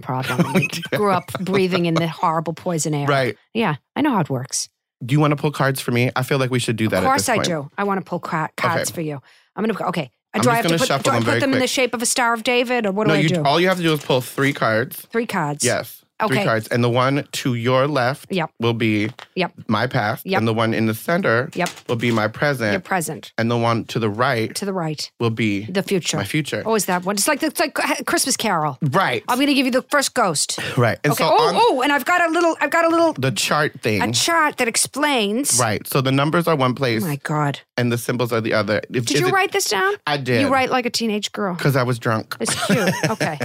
Speaker 2: problem. we grew up breathing in the horrible poison air.
Speaker 1: right.
Speaker 2: Yeah, I know how it works.
Speaker 1: Do you want to pull cards for me? I feel like we should do that
Speaker 2: Of course,
Speaker 1: at
Speaker 2: I
Speaker 1: this point.
Speaker 2: do. I want to pull ca- cards
Speaker 1: Okay.
Speaker 2: for you. I'm gonna. Okay.
Speaker 1: I'm
Speaker 2: do
Speaker 1: just
Speaker 2: I have to
Speaker 1: gonna
Speaker 2: put,
Speaker 1: shuffle
Speaker 2: do I
Speaker 1: them
Speaker 2: put
Speaker 1: very
Speaker 2: them in the
Speaker 1: quick.
Speaker 2: shape of a Star of David, or what
Speaker 1: no,
Speaker 2: do I
Speaker 1: you
Speaker 2: do?
Speaker 1: all you have to do is pull three cards.
Speaker 2: Three cards.
Speaker 1: Yes.
Speaker 2: Okay.
Speaker 1: Three cards. And the one to your left
Speaker 2: Yep.
Speaker 1: will be
Speaker 2: Yep.
Speaker 1: my past.
Speaker 2: Yep.
Speaker 1: And the one in the center
Speaker 2: Yep.
Speaker 1: will be my present.
Speaker 2: Your present
Speaker 1: And the one to the right
Speaker 2: to the right.
Speaker 1: will be
Speaker 2: The future.
Speaker 1: my future.
Speaker 2: Oh, is that one? It's like it's like a Christmas Carol.
Speaker 1: Right.
Speaker 2: I'm gonna give you the first ghost.
Speaker 1: right. And
Speaker 2: Okay.
Speaker 1: so on
Speaker 2: oh, oh, and I've got a little. I've got a little
Speaker 1: the chart thing.
Speaker 2: a chart that explains.
Speaker 1: right. So the numbers are one place
Speaker 2: Oh my God.
Speaker 1: and the symbols are the other. If,
Speaker 2: Did you write this down?
Speaker 1: I did.
Speaker 2: You write like a teenage girl.
Speaker 1: Because I was drunk.
Speaker 2: It's cute. Okay.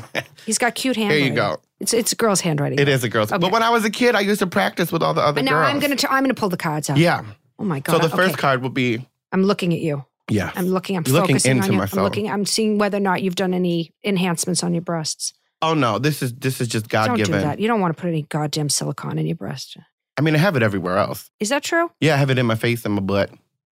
Speaker 2: He's got cute handwriting.
Speaker 1: you go.
Speaker 2: It's it's a girl's handwriting.
Speaker 1: It is a girl's. But when I was a kid, I used to practice with all the other
Speaker 2: And now
Speaker 1: girls.
Speaker 2: I'm gonna t- I'm gonna pull the cards out.
Speaker 1: Yeah.
Speaker 2: Oh my God.
Speaker 1: So the first
Speaker 2: okay.
Speaker 1: card will be
Speaker 2: I'm looking at you.
Speaker 1: yeah.
Speaker 2: I'm looking. I'm
Speaker 1: Looking
Speaker 2: focusing
Speaker 1: into
Speaker 2: on you.
Speaker 1: myself.
Speaker 2: I'm looking. I'm seeing whether or not you've done any enhancements on your breasts.
Speaker 1: oh no, this is this is just God
Speaker 2: don't do
Speaker 1: given.
Speaker 2: that. You don't want to put any goddamn silicone in your breast.
Speaker 1: I mean, I have it everywhere else.
Speaker 2: Is that true?
Speaker 1: Yeah, I have it in my face and my butt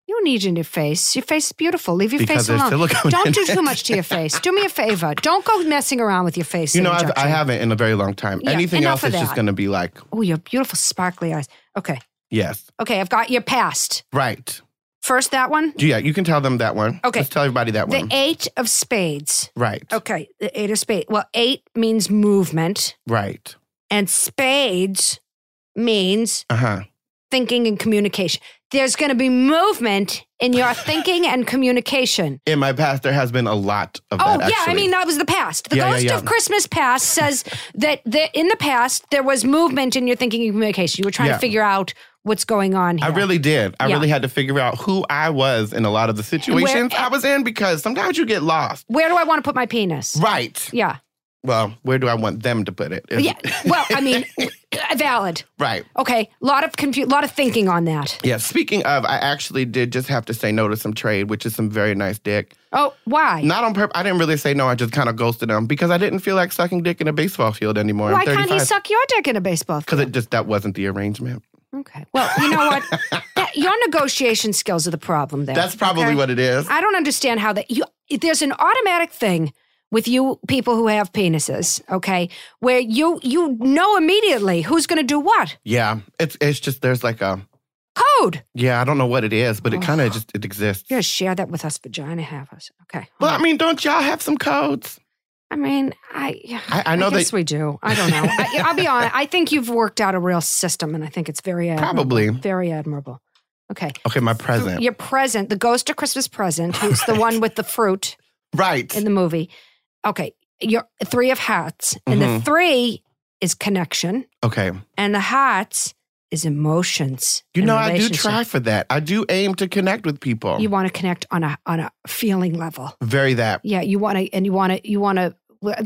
Speaker 2: You don't need it in your face. Your face is beautiful. Leave your
Speaker 1: because
Speaker 2: face
Speaker 1: there's
Speaker 2: alone.
Speaker 1: silicone. in
Speaker 2: Don't do
Speaker 1: it.
Speaker 2: too much to your face. Do me a favor. Don't go messing around with your face.
Speaker 1: You
Speaker 2: in
Speaker 1: know, I've,
Speaker 2: injection.
Speaker 1: I haven't in a very long time.
Speaker 2: Yeah,
Speaker 1: Anything
Speaker 2: enough
Speaker 1: else
Speaker 2: of
Speaker 1: is just
Speaker 2: that.
Speaker 1: going to be like
Speaker 2: Oh, your beautiful sparkly eyes. Okay.
Speaker 1: yes,
Speaker 2: Okay. I've got your past.
Speaker 1: right.
Speaker 2: First, that one.
Speaker 1: Yeah, you can tell them that one.
Speaker 2: Okay.
Speaker 1: Let's tell everybody that
Speaker 2: The
Speaker 1: one.
Speaker 2: eight of spades.
Speaker 1: right.
Speaker 2: Okay. The eight of spades. Well, eight means movement,
Speaker 1: Right.
Speaker 2: and spades means
Speaker 1: Uh huh.
Speaker 2: thinking and communication. There's going to be movement in your thinking and communication.
Speaker 1: In my past, there has been a lot of
Speaker 2: Oh
Speaker 1: that.
Speaker 2: yeah, I
Speaker 1: actually.
Speaker 2: mean that was the past. The
Speaker 1: Yeah, yeah,
Speaker 2: Ghost
Speaker 1: yeah.
Speaker 2: of Christmas Past says that the, in the past there was movement in your thinking and communication. You were trying
Speaker 1: Yeah.
Speaker 2: to figure out what's going on here.
Speaker 1: I really did. I
Speaker 2: Yeah.
Speaker 1: really had to figure out who I was in a lot of the situations I was in because sometimes you get lost.
Speaker 2: Where do I want to put my penis?
Speaker 1: Right.
Speaker 2: Yeah.
Speaker 1: Well, where do I want them to put it?
Speaker 2: Yeah. Well, I mean, valid.
Speaker 1: right.
Speaker 2: Okay, a lot of confu- lot of thinking on that.
Speaker 1: Yeah. Speaking of, I actually did just have to say no to some trade, which is some very nice dick.
Speaker 2: Oh, why?
Speaker 1: Not on purpose. I didn't really say no. I just kind of ghosted him because I didn't feel like sucking dick in a baseball field anymore.
Speaker 2: why
Speaker 1: I'm 35.
Speaker 2: can't he suck your dick in a baseball?
Speaker 1: Because it just that wasn't the arrangement.
Speaker 2: Okay. Well, you know what? That- your negotiation skills are the problem there.
Speaker 1: That's probably
Speaker 2: okay?
Speaker 1: what it is.
Speaker 2: I don't understand how that you. There's an automatic thing with you people who have penises, okay, where you you know immediately who's going to do what.
Speaker 1: yeah. It's it's just there's like a
Speaker 2: Code.
Speaker 1: yeah. I don't know what it is, but it kind of just it exists.
Speaker 2: You gotta share that with us, vagina havers. Okay.
Speaker 1: Well, I mean, don't y'all have some codes?
Speaker 2: I mean, I
Speaker 1: I- I know that-
Speaker 2: guess we do. I don't know. I, I'll be honest. I think you've worked out a real system, and I think it's very admirable,
Speaker 1: Probably.
Speaker 2: very admirable. Okay.
Speaker 1: Okay, my present.
Speaker 2: Your present, the ghost of Christmas present, who's the one with the fruit
Speaker 1: Right.
Speaker 2: in the movie. Okay, your three of hearts, and the
Speaker 1: Mhm.
Speaker 2: three is connection,
Speaker 1: Okay.
Speaker 2: and the hearts is emotions.
Speaker 1: You
Speaker 2: and
Speaker 1: know, I do
Speaker 2: relationship.
Speaker 1: try for that. I do aim to connect with people.
Speaker 2: You want to connect on a on a feeling level.
Speaker 1: Very that.
Speaker 2: Yeah, you want to, and you want to, you want to.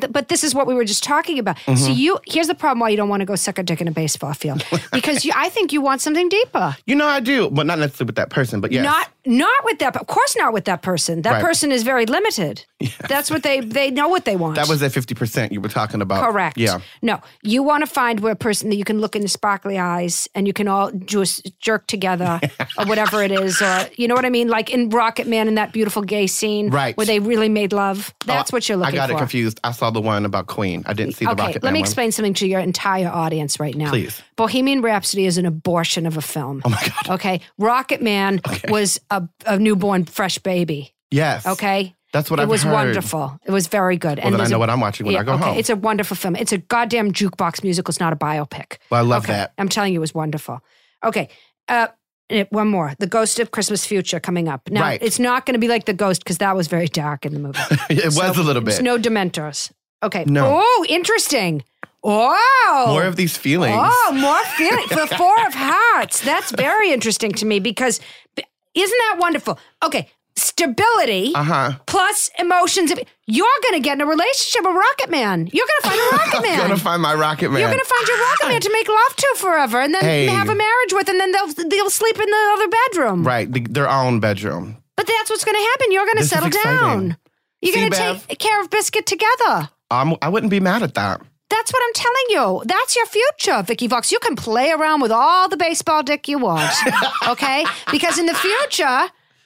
Speaker 2: But this is what we were just talking about.
Speaker 1: Mm-hmm.
Speaker 2: So you, here's the problem: why you don't want to go suck a dick in a baseball field because you, I think you want something deeper.
Speaker 1: You know, I do, but not necessarily with that person, but yes.
Speaker 2: Not, not with that. Of course, not with that person. That
Speaker 1: Right.
Speaker 2: person is very limited. That's what they they know what they want.
Speaker 1: that was at 50% you were talking about.
Speaker 2: correct.
Speaker 1: Yeah.
Speaker 2: No, you want to find where a person that you can look in the sparkly eyes and you can all just jerk together or whatever it is, or you know what I mean, like in Rocket Man in that beautiful gay scene,
Speaker 1: Right.
Speaker 2: where they really made love. That's
Speaker 1: Oh,
Speaker 2: what you're looking
Speaker 1: I got
Speaker 2: for.
Speaker 1: it confused. I saw the one about Queen. I didn't see the
Speaker 2: okay,
Speaker 1: Rocket
Speaker 2: let
Speaker 1: Man
Speaker 2: me
Speaker 1: one.
Speaker 2: explain something to your entire audience right now.
Speaker 1: Please.
Speaker 2: Bohemian Rhapsody is an abortion of a film.
Speaker 1: Oh my God.
Speaker 2: Okay, Rocket Man was a, a newborn fresh baby.
Speaker 1: Yes.
Speaker 2: Okay,
Speaker 1: That's what
Speaker 2: it
Speaker 1: I've
Speaker 2: was
Speaker 1: heard.
Speaker 2: wonderful. It was very good. and
Speaker 1: Well, then I
Speaker 2: there's
Speaker 1: know
Speaker 2: a-
Speaker 1: what I'm watching when
Speaker 2: yeah,
Speaker 1: I go
Speaker 2: okay,
Speaker 1: home.
Speaker 2: It's a wonderful film. It's a goddamn jukebox musical. It's not a biopic.
Speaker 1: well, I love
Speaker 2: Okay,
Speaker 1: that.
Speaker 2: I'm telling you, it was wonderful. Okay. Uh, eh, one more. The Ghost of Christmas Future coming up. Now,
Speaker 1: Right.
Speaker 2: it's not going to be like The Ghost because that was very dark in the movie.
Speaker 1: it was a little
Speaker 2: It's
Speaker 1: bit.
Speaker 2: no Dementors. Okay.
Speaker 1: No.
Speaker 2: Oh, interesting. Oh.
Speaker 1: More of these feelings.
Speaker 2: Oh, more feeling for four of hearts. That's very interesting to me because isn't that wonderful? Okay, stability
Speaker 1: Uh huh.
Speaker 2: plus emotions. Of, you're going to get in a relationship with Rocket Man. You're going to find a Rocket Man.
Speaker 1: I'm gonna find my Rocket Man.
Speaker 2: You're gonna find your rocket man to make love to forever, and then
Speaker 1: Hey.
Speaker 2: have a marriage with, and then they'll they'll sleep in the other bedroom.
Speaker 1: right, the, their own bedroom.
Speaker 2: But that's what's gonna happen. You're gonna
Speaker 1: This is
Speaker 2: settle
Speaker 1: exciting.
Speaker 2: down. You're
Speaker 1: See,
Speaker 2: gonna
Speaker 1: Bev?
Speaker 2: take care of Biscuit together.
Speaker 1: Um, I wouldn't be mad at that.
Speaker 2: That's what I'm telling you. That's your future, Vicky Vox. You can play around with all the baseball dick you want, okay? Because in the future,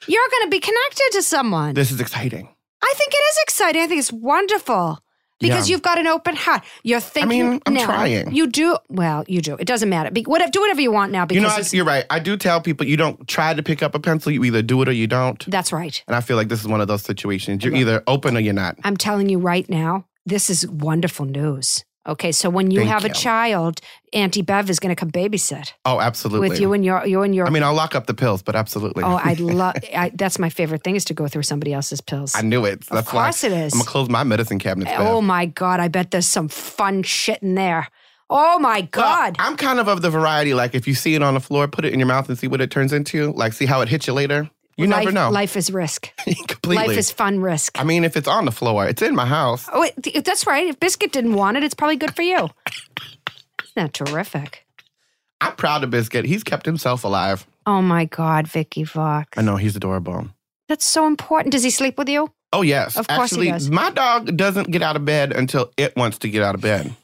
Speaker 2: you're going to be connected to someone.
Speaker 1: This is exciting.
Speaker 2: I think it is exciting. I think it's wonderful because
Speaker 1: Yeah.
Speaker 2: you've got an open heart. You're thinking.
Speaker 1: mean, I'm
Speaker 2: now.
Speaker 1: trying.
Speaker 2: You do well. You do. It doesn't matter. Be, whatever, do whatever you want now because
Speaker 1: You know, I,
Speaker 2: it's-
Speaker 1: you're right. I do tell people you don't try to pick up a pencil. You either do it or you don't.
Speaker 2: that's right.
Speaker 1: And I feel like this is one of those situations. You're either open or you're not.
Speaker 2: I'm telling you right now, this is wonderful news. Okay, so when you
Speaker 1: Thank
Speaker 2: have
Speaker 1: you.
Speaker 2: a child, Auntie Bev is going to come babysit
Speaker 1: Oh, absolutely.
Speaker 2: with you and your you and your.
Speaker 1: I mean, I'll lock up the pills, but absolutely.
Speaker 2: oh, I love. I, that's my favorite thing is to go through somebody else's pills.
Speaker 1: I knew it. That's
Speaker 2: course
Speaker 1: why
Speaker 2: it is.
Speaker 1: I'm gonna close my medicine cabinet.
Speaker 2: oh my god! I bet there's some fun shit in there. Oh my god!
Speaker 1: I'm kind of of the variety. Like, if you see it on the floor, put it in your mouth and see what it turns into. Like, see how it hits you later. You
Speaker 2: life,
Speaker 1: never know.
Speaker 2: Life is risk.
Speaker 1: Completely.
Speaker 2: Life is fun risk.
Speaker 1: I mean, if it's on the floor, it's in my house.
Speaker 2: Oh, wait, th- that's right. If Biscuit didn't want it, it's probably good for you. Isn't that terrific?
Speaker 1: I'm proud of Biscuit. He's kept himself alive.
Speaker 2: Oh my God, Vicky Vox.
Speaker 1: I know he's adorable.
Speaker 2: That's so important. Does he sleep with you?
Speaker 1: Oh yes,
Speaker 2: Of course he
Speaker 1: Actually,
Speaker 2: does.
Speaker 1: My dog doesn't get out of bed until it wants to get out of bed,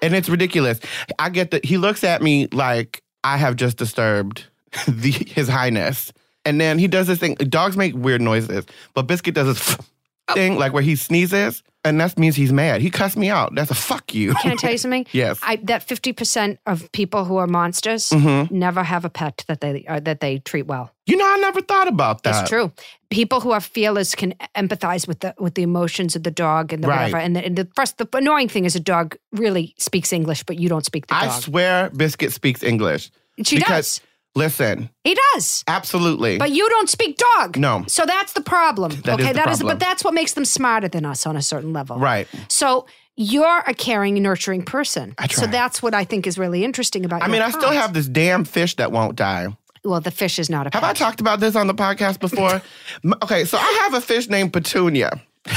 Speaker 1: and it's ridiculous. I get that he looks at me like I have just disturbed the, his highness, and then he does this thing. Dogs make weird noises, but Biscuit does this thing like where he sneezes, and that means he's mad. He cussed me out. That's a fuck you.
Speaker 2: Can I tell you something?
Speaker 1: yes.
Speaker 2: I, that fifty percent of people who are monsters
Speaker 1: Mm-hmm.
Speaker 2: never have a pet that they uh, that they treat well.
Speaker 1: you know, I never thought about that.
Speaker 2: It's true. People who are fearless can empathize with the with the emotions of the dog and the
Speaker 1: Right.
Speaker 2: whatever. And the, and the first, the annoying thing is a dog really speaks English, but you don't speak the
Speaker 1: I
Speaker 2: dog.
Speaker 1: swear, Biscuit speaks English.
Speaker 2: She
Speaker 1: because
Speaker 2: does.
Speaker 1: Listen,
Speaker 2: He does.
Speaker 1: absolutely.
Speaker 2: But you don't speak dog.
Speaker 1: No.
Speaker 2: So that's the problem.
Speaker 1: That is
Speaker 2: okay,
Speaker 1: the
Speaker 2: that is
Speaker 1: problem.
Speaker 2: but that's what makes them smarter than us on a certain level.
Speaker 1: right.
Speaker 2: So you're a caring, nurturing person.
Speaker 1: I
Speaker 2: So
Speaker 1: try.
Speaker 2: that's what I think is really interesting about
Speaker 1: I
Speaker 2: your
Speaker 1: mean, I still
Speaker 2: cause.
Speaker 1: have this damn fish that won't die.
Speaker 2: Well, the fish is not a
Speaker 1: Have I
Speaker 2: pet.
Speaker 1: talked about this on the podcast before? M- okay, so I have a fish named Petunia.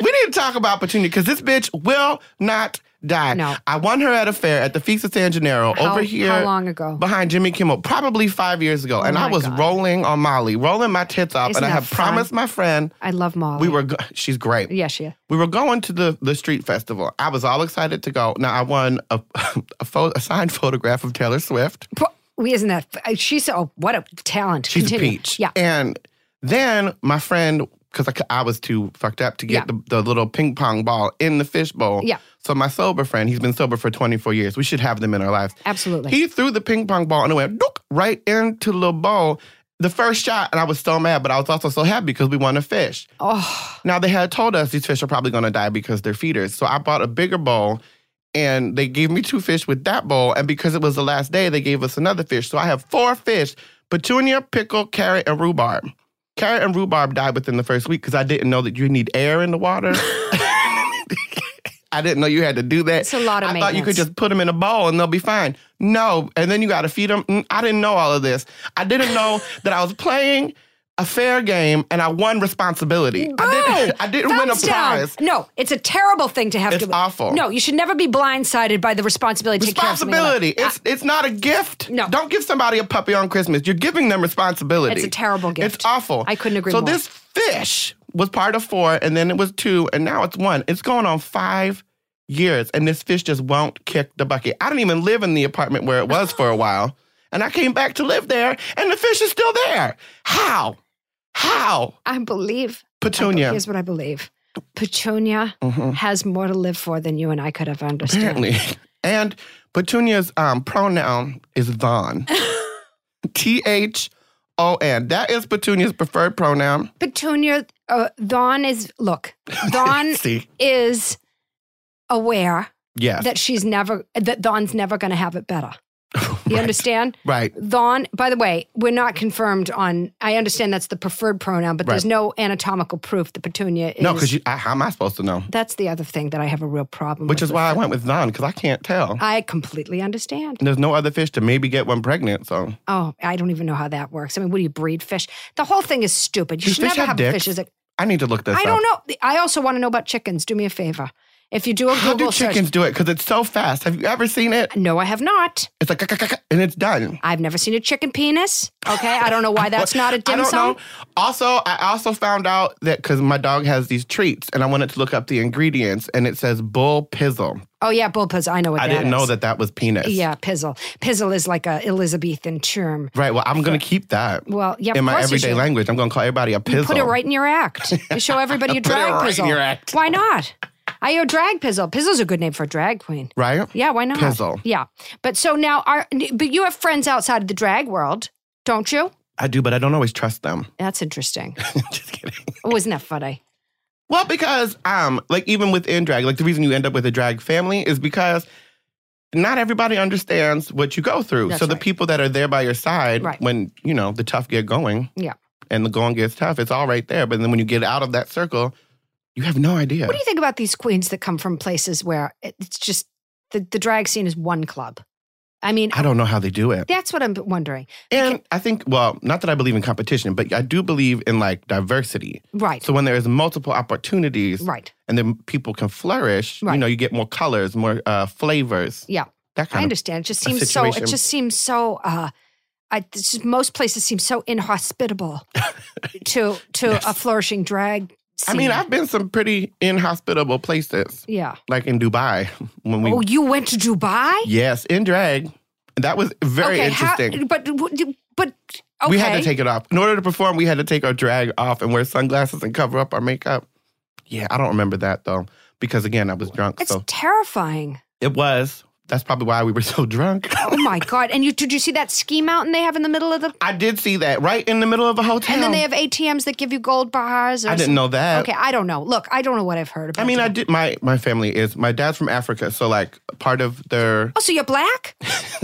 Speaker 1: we need to talk about Petunia because this bitch will not die.
Speaker 2: No.
Speaker 1: I won her at a fair at the Feast of San Gennaro
Speaker 2: How-
Speaker 1: over here.
Speaker 2: How long ago? Oh
Speaker 1: Behind Jimmy Kimmel, probably five years ago, and I
Speaker 2: my
Speaker 1: was
Speaker 2: God.
Speaker 1: rolling on Molly, rolling my tits off,
Speaker 2: Isn't
Speaker 1: and I
Speaker 2: that
Speaker 1: have
Speaker 2: fun?
Speaker 1: promised my friend
Speaker 2: I love Molly.
Speaker 1: we were. Go- She's great.
Speaker 2: Yeah, she is.
Speaker 1: We were going to the the street festival. I was all excited to go. Now I won a a, pho- a signed photograph of Taylor Swift.
Speaker 2: Pro- We isn't that uh, she's oh what a talent.
Speaker 1: She's
Speaker 2: Continue.
Speaker 1: a peach.
Speaker 2: Yeah.
Speaker 1: And then my friend, because I, c- I was too fucked up to get
Speaker 2: Yeah.
Speaker 1: the, the little ping pong ball in the fishbowl.
Speaker 2: Yeah.
Speaker 1: So my sober friend, he's been sober for 24 years. We should have them in our lives.
Speaker 2: Absolutely.
Speaker 1: He threw the ping pong ball and it went dook, right into the bowl. The first shot, and I was so mad, but I was also so happy because we won a fish.
Speaker 2: oh
Speaker 1: Now they had told us these fish are probably going to die because they're feeders. So I bought a bigger bowl and they gave me two fish with that bowl and because it was the last day they gave us another fish. So I have four fish, petunia, pickle, carrot and rhubarb. Carrot and rhubarb died within the first week cuz I didn't know that you need air in the water. I didn't know you had to do that.
Speaker 2: It's a lot of
Speaker 1: I thought you could
Speaker 2: maintenance.
Speaker 1: just put them in a bowl and they'll be fine. No, and then you got to feed them. I didn't know all of this. I didn't know that I was playing a fair game and I won responsibility. I didn't, I didn't win a
Speaker 2: thumbs down.
Speaker 1: prize.
Speaker 2: No, it's a terrible thing to have
Speaker 1: It's
Speaker 2: to
Speaker 1: awful.
Speaker 2: No, you should never be blindsided by the responsibility to take care of something like-
Speaker 1: Responsibility. It's it's not a gift.
Speaker 2: No.
Speaker 1: Don't give somebody a puppy on Christmas. You're giving them responsibility.
Speaker 2: It's a terrible gift.
Speaker 1: It's awful.
Speaker 2: I couldn't agree
Speaker 1: So
Speaker 2: more.
Speaker 1: this fish was part of four, and then it was two, and now it's one. It's going on five years, and this fish just won't kick the bucket. I didn't even live in the apartment where it was for a while, and I came back to live there, and the fish is still there. How? How?
Speaker 2: I believe
Speaker 1: Petunia. Mm-hmm.
Speaker 2: Here's what I believe. Petunia has more to live for than you and I could ever understand.
Speaker 1: Apparently. And Petunia's um, pronoun is Von. T H O N. That is Petunia's preferred pronoun.
Speaker 2: Petunia, uh, Dawn is, look, Dawn
Speaker 1: See?
Speaker 2: is aware
Speaker 1: Yes.
Speaker 2: that she's never, that Dawn's never going to have it better. You understand?
Speaker 1: right.
Speaker 2: Dawn, by the way, we're not confirmed on, I understand that's the preferred pronoun, but there's
Speaker 1: Right.
Speaker 2: no anatomical proof that Petunia is.
Speaker 1: No, because how am I supposed to know?
Speaker 2: that's the other thing that I have a real problem
Speaker 1: Which
Speaker 2: with.
Speaker 1: is why I went with Von, because I can't tell.
Speaker 2: I completely understand.
Speaker 1: There's no other fish to maybe get one pregnant, so.
Speaker 2: Oh, I don't even know how that works. I mean, what do you breed fish? The whole thing is stupid. You
Speaker 1: Do
Speaker 2: should
Speaker 1: fish
Speaker 2: never
Speaker 1: have
Speaker 2: have
Speaker 1: dicks?
Speaker 2: fish as a
Speaker 1: I need to look this
Speaker 2: I
Speaker 1: up.
Speaker 2: don't know. I also want to know about chickens. Do me a favor. If you do a
Speaker 1: How do
Speaker 2: Google
Speaker 1: chickens do it? Because it's so fast. Have you ever seen it?
Speaker 2: search, no, I have not.
Speaker 1: It's like, "Ka-ka-ka-ka," and it's done.
Speaker 2: I've never seen a chicken penis. Okay, I don't know why that's not a
Speaker 1: I
Speaker 2: dim
Speaker 1: don't
Speaker 2: sum.
Speaker 1: know. Also, I also found out that because my dog has these treats, and I wanted to look up the ingredients, and it says bull pizzle.
Speaker 2: Oh yeah, bull pizzle. I know what
Speaker 1: I
Speaker 2: that
Speaker 1: didn't know
Speaker 2: is.
Speaker 1: that that was penis.
Speaker 2: Yeah, pizzle. Pizzle is like a Elizabethan term.
Speaker 1: Right. Well, I'm gonna keep that
Speaker 2: Well, yeah, of
Speaker 1: in my
Speaker 2: course you
Speaker 1: everyday
Speaker 2: should.
Speaker 1: language. I'm gonna call everybody a pizzle.
Speaker 2: Put it right in your act. You show everybody your
Speaker 1: Put it
Speaker 2: drag
Speaker 1: right in
Speaker 2: pizzle.
Speaker 1: your act.
Speaker 2: Why not? I owe drag pizzle. Pizzle's a good name for a drag queen.
Speaker 1: Right.
Speaker 2: Yeah, why not?
Speaker 1: Pizzle.
Speaker 2: Yeah, but so now our but you have friends outside of the drag world, don't you?
Speaker 1: I do, but I don't always trust them.
Speaker 2: That's interesting.
Speaker 1: Just kidding.
Speaker 2: Wasn't that funny?
Speaker 1: Well, because um, like even within drag, like the reason you end up with a drag family is because not everybody understands what you go through.
Speaker 2: That's
Speaker 1: so the
Speaker 2: right.
Speaker 1: people that are there by your side
Speaker 2: Right.
Speaker 1: when you know the tough get going,
Speaker 2: Yeah.
Speaker 1: and the going gets tough, it's all right there. But then when you get out of that circle, you have no idea.
Speaker 2: What do you think about these queens that come from places where it's just the, the drag scene is one club? I mean,
Speaker 1: I don't know how they do it.
Speaker 2: that's what I'm wondering.
Speaker 1: And I think, well, not that I believe in competition, but I do believe in like diversity.
Speaker 2: Right,
Speaker 1: So when there is multiple opportunities
Speaker 2: right.
Speaker 1: and then people can flourish, you
Speaker 2: Right.
Speaker 1: know, you get more colors, more uh, flavors,
Speaker 2: Yeah,
Speaker 1: that
Speaker 2: I
Speaker 1: kind of
Speaker 2: understand. It just
Speaker 1: a
Speaker 2: seems so. It
Speaker 1: situation.
Speaker 2: just seems so. uh I, this is, most places seem so inhospitable to to a flourishing drag.
Speaker 1: I
Speaker 2: Scene.
Speaker 1: mean, I've been some pretty inhospitable places,
Speaker 2: yeah.
Speaker 1: like in Dubai when we
Speaker 2: oh, you went to Dubai?
Speaker 1: Yes, in drag. That was very
Speaker 2: okay, how-
Speaker 1: interesting.
Speaker 2: but w- but okay.
Speaker 1: We had to take it off. In order to perform, we had to take our drag off and wear sunglasses and cover up our makeup. Yeah, I don't remember that though. Because again, I was drunk.
Speaker 2: It's
Speaker 1: So
Speaker 2: terrifying.
Speaker 1: it was That's probably why we were so drunk.
Speaker 2: Oh my god! And you did you see that ski mountain they have in the middle of the?
Speaker 1: I did see that right in the middle of a hotel.
Speaker 2: And then they have ATMs that give you gold bars. Or
Speaker 1: I didn't know that.
Speaker 2: Okay, I don't know. Look, I don't know what I've heard about.
Speaker 1: I mean, I
Speaker 2: that.
Speaker 1: did. My my family is my dad's from Africa, so like part of their
Speaker 2: oh, so you're black?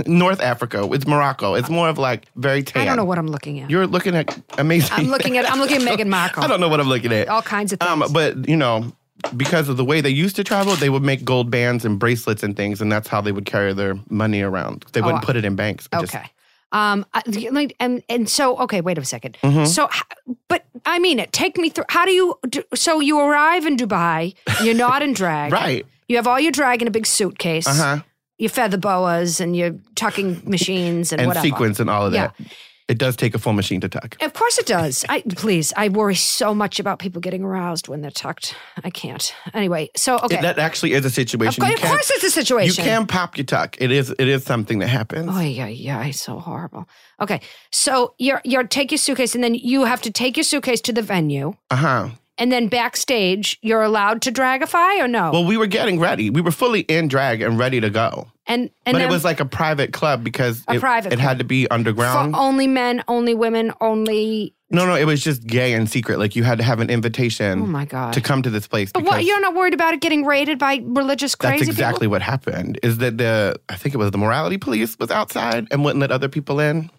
Speaker 1: North Africa. It's Morocco. It's more of like very tan.
Speaker 2: I don't know what I'm looking at.
Speaker 1: You're looking at amazing.
Speaker 2: I'm looking at I'm looking at Meghan Markle.
Speaker 1: I don't know what I'm looking at.
Speaker 2: All kinds of things.
Speaker 1: Um, but you know, because of the way they used to travel, they would make gold bands and bracelets and things, and that's how they would carry their money around. They wouldn't
Speaker 2: I-
Speaker 1: put it in banks. It just-
Speaker 2: Oh, Okay. Um, I- like, and and so okay, wait a 2nd
Speaker 1: Mm-hmm.
Speaker 2: So, h- but I mean it. Take me through. How do you? Do, so you arrive in Dubai. You're not in drag,
Speaker 1: Right.
Speaker 2: You have all your drag in a big suitcase.
Speaker 1: Uh-huh.
Speaker 2: Your feather boas and your tucking machines and,
Speaker 1: and
Speaker 2: whatever.
Speaker 1: sequins and all of
Speaker 2: Yeah.
Speaker 1: that. It does take a full machine to tuck.
Speaker 2: Of course it does. I please. I worry so much about people getting aroused when they're tucked. I can't. Anyway, so okay.
Speaker 1: That actually is a situation.
Speaker 2: of
Speaker 1: You
Speaker 2: course, of
Speaker 1: can-
Speaker 2: course it's a
Speaker 1: You
Speaker 2: situation.
Speaker 1: can pop your tuck. It is. It is something that happens.
Speaker 2: Oh yeah, yeah, it's so horrible. Okay, so you're you're take your suitcase, and then you have to take your suitcase to the venue,
Speaker 1: Uh huh.
Speaker 2: and then backstage you're allowed to dragify or no?
Speaker 1: Well, we were getting ready. We were fully in drag and ready to go.
Speaker 2: and and
Speaker 1: but
Speaker 2: then
Speaker 1: it was like a private club because
Speaker 2: A
Speaker 1: it,
Speaker 2: private
Speaker 1: it had to be
Speaker 2: for
Speaker 1: underground.
Speaker 2: only men, only women, only.
Speaker 1: no, no, it was just gay and secret. Like you had to have an invitation
Speaker 2: Oh my god!
Speaker 1: to come to this place.
Speaker 2: but what
Speaker 1: because
Speaker 2: you're not worried about it getting raided by religious crazy
Speaker 1: that's exactly what happened. Is that the I think it was the morality police was outside and wouldn't let other people in.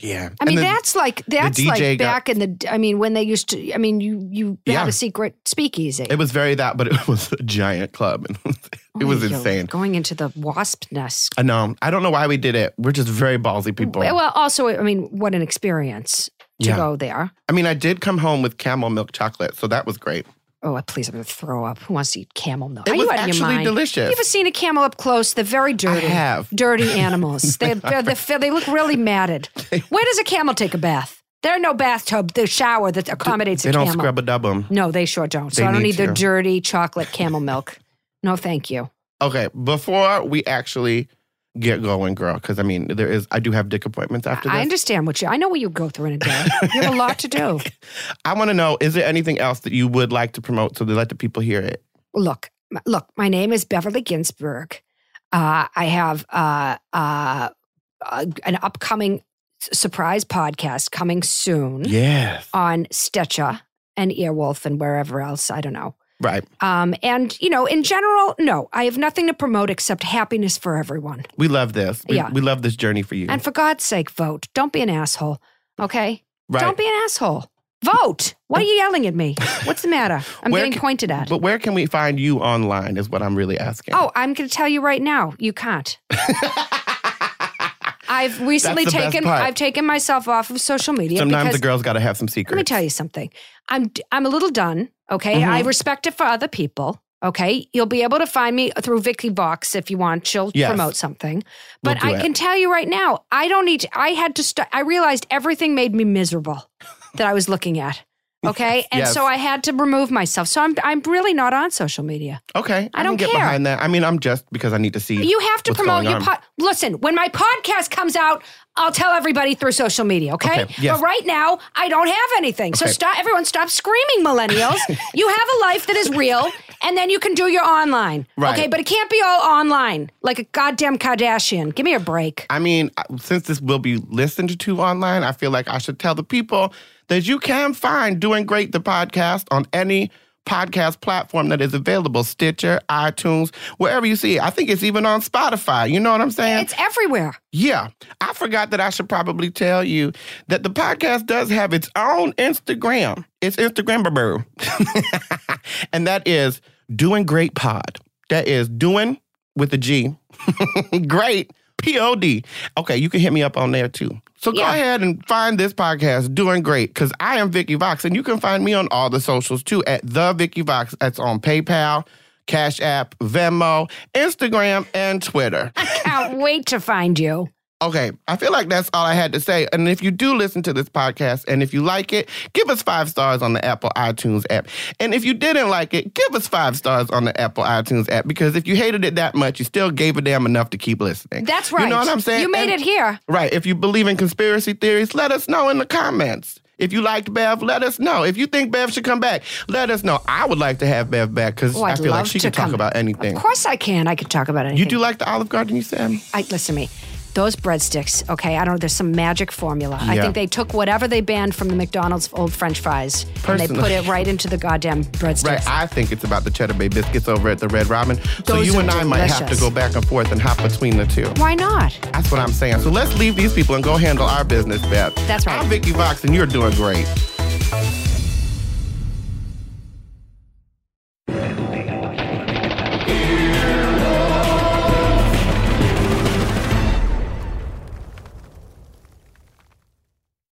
Speaker 1: Yeah.
Speaker 2: people? I
Speaker 1: and
Speaker 2: mean,
Speaker 1: then,
Speaker 2: that's like that's
Speaker 1: DJ got-
Speaker 2: like back in the. I mean, when they used to. I mean, you you
Speaker 1: Yeah.
Speaker 2: had a secret speakeasy.
Speaker 1: it was very that, but it was a giant club and it was
Speaker 2: Oy, yo,
Speaker 1: insane.
Speaker 2: Going into the wasp nest.
Speaker 1: I know. I don't know why we did it. We're just very ballsy people.
Speaker 2: Well, also, I mean, what an experience to
Speaker 1: Yeah.
Speaker 2: go there.
Speaker 1: I mean, I did come home with camel milk chocolate, so that was great.
Speaker 2: Oh, please, I'm going to throw up. Who wants to eat camel milk?
Speaker 1: It
Speaker 2: Are
Speaker 1: was
Speaker 2: you out of your
Speaker 1: actually
Speaker 2: mind?
Speaker 1: delicious.
Speaker 2: You ever seen a camel up close? They're very dirty.
Speaker 1: have.
Speaker 2: Dirty animals. they, they're, they're, they look really matted. Where does a camel take a bath? There are no bathtub, the shower that accommodates
Speaker 1: They
Speaker 2: a
Speaker 1: don't
Speaker 2: camel.
Speaker 1: scrub a dub 'em.
Speaker 2: no, they sure don't. So
Speaker 1: They
Speaker 2: I don't
Speaker 1: need
Speaker 2: need their
Speaker 1: to.
Speaker 2: dirty chocolate camel milk. No, thank you.
Speaker 1: Okay, before we actually get going, girl, because I mean, there is, I do have dick appointments after
Speaker 2: I
Speaker 1: this.
Speaker 2: understand what you. I know what you go through in a day. You have a lot to do.
Speaker 1: I, want to know is there anything else that you would like to promote so they let the people hear it?
Speaker 2: look, m- look, my name is Beverly Ginsburg. Uh, I have uh, uh, uh, an upcoming s- surprise podcast coming soon
Speaker 1: Yes.
Speaker 2: on Stitcher and Earwolf and wherever else. I don't know.
Speaker 1: Right.
Speaker 2: Um, and, you know, in general, no, I have nothing to promote except happiness for everyone.
Speaker 1: We love this. We,
Speaker 2: Yeah.
Speaker 1: we love this journey for you.
Speaker 2: And for God's sake, vote. Don't be an asshole. Okay?
Speaker 1: right.
Speaker 2: Don't be an asshole. Vote. Why are you yelling at me? What's the matter? I'm
Speaker 1: Where
Speaker 2: getting
Speaker 1: can-
Speaker 2: pointed at.
Speaker 1: but where can we find you online is what I'm really asking.
Speaker 2: Oh, I'm going to tell you right now, you can't. I've recently
Speaker 1: That's the best
Speaker 2: taken
Speaker 1: part.
Speaker 2: I've taken myself off of social media
Speaker 1: Sometimes
Speaker 2: because
Speaker 1: the girls got to have some secrets.
Speaker 2: let me tell you something. I'm I'm a little done. Okay, I
Speaker 1: Mm-hmm.
Speaker 2: respect it for other people. Okay, you'll be able to find me through Vicky Vox if you want. She'll
Speaker 1: Yes.
Speaker 2: promote something, but
Speaker 1: We'll do
Speaker 2: I
Speaker 1: it.
Speaker 2: can tell you right now, I don't need. To, I had to start. I realized everything made me miserable that I was looking at. Okay, and
Speaker 1: Yes.
Speaker 2: so I had to remove myself. So I'm I'm really not on social media.
Speaker 1: Okay.
Speaker 2: I
Speaker 1: can
Speaker 2: don't
Speaker 1: get
Speaker 2: care.
Speaker 1: behind that. I mean, I'm just because I need to see.
Speaker 2: You have to
Speaker 1: what's
Speaker 2: promote
Speaker 1: going
Speaker 2: your
Speaker 1: on.
Speaker 2: pod. Listen, when my podcast comes out, I'll tell everybody through social media, okay?
Speaker 1: Okay, yes.
Speaker 2: But right now, I don't have anything. So
Speaker 1: Okay.
Speaker 2: stop everyone stop screaming millennials. you have a life that is real and then you can do your online.
Speaker 1: Right.
Speaker 2: Okay, but it can't be all online like a goddamn Kardashian. Give me a break.
Speaker 1: I mean, uh, since this will be listened to online, I feel like I should tell the people that you can find Doing Great the podcast on any podcast platform that is available Stitcher, iTunes, wherever you see it. I think it's even on Spotify. You know what I'm saying?
Speaker 2: It's everywhere.
Speaker 1: yeah. I forgot that I should probably tell you that the podcast does have its own Instagram. It's Instagram. and that is Doing Great Pod. That is Doing with a G. great. POD. Okay, you can hit me up on there too. So go
Speaker 2: Yeah.
Speaker 1: ahead and find this podcast doing great because I am Vicky Vox and you can find me on all the socials too at the Vicky Vox. That's on PayPal, Cash App, Venmo, Instagram, and Twitter.
Speaker 2: Can't wait to find you.
Speaker 1: Okay, I feel like that's all I had to say. And if you do listen to this podcast and if you like it, give us five stars on the Apple iTunes app. And if you didn't like it, give us five stars on the Apple iTunes app because if you hated it that much, you still gave a damn enough to keep listening.
Speaker 2: That's right.
Speaker 1: You know what I'm saying?
Speaker 2: You made
Speaker 1: And-
Speaker 2: it here.
Speaker 1: Right. If you believe in conspiracy theories, let us know in the comments. If you liked Bev, let us know. If you think Bev should come back, let us know. I would like to have Bev back because
Speaker 2: Oh,
Speaker 1: I
Speaker 2: I'd
Speaker 1: feel like
Speaker 2: love
Speaker 1: she
Speaker 2: to
Speaker 1: can talk
Speaker 2: come-
Speaker 1: about anything.
Speaker 2: Of course I can. I can talk about anything.
Speaker 1: You do like the Olive Garden, you said?
Speaker 2: I, listen to me. Those breadsticks, okay, I don't know, there's some magic formula. I
Speaker 1: Yeah.
Speaker 2: think they took whatever they banned from the McDonald's old french fries and they put
Speaker 1: Personally.
Speaker 2: it right into the goddamn breadsticks.
Speaker 1: Right, I think it's about the Cheddar Bay biscuits over at the Red Robin. So
Speaker 2: Those
Speaker 1: you
Speaker 2: are
Speaker 1: and I might have to
Speaker 2: delicious.
Speaker 1: go back and forth and hop between the two.
Speaker 2: Why not?
Speaker 1: That's what I'm saying. So let's leave these people and go handle our business, Beth.
Speaker 2: That's right.
Speaker 1: I'm Vicky Vox, and you're doing great.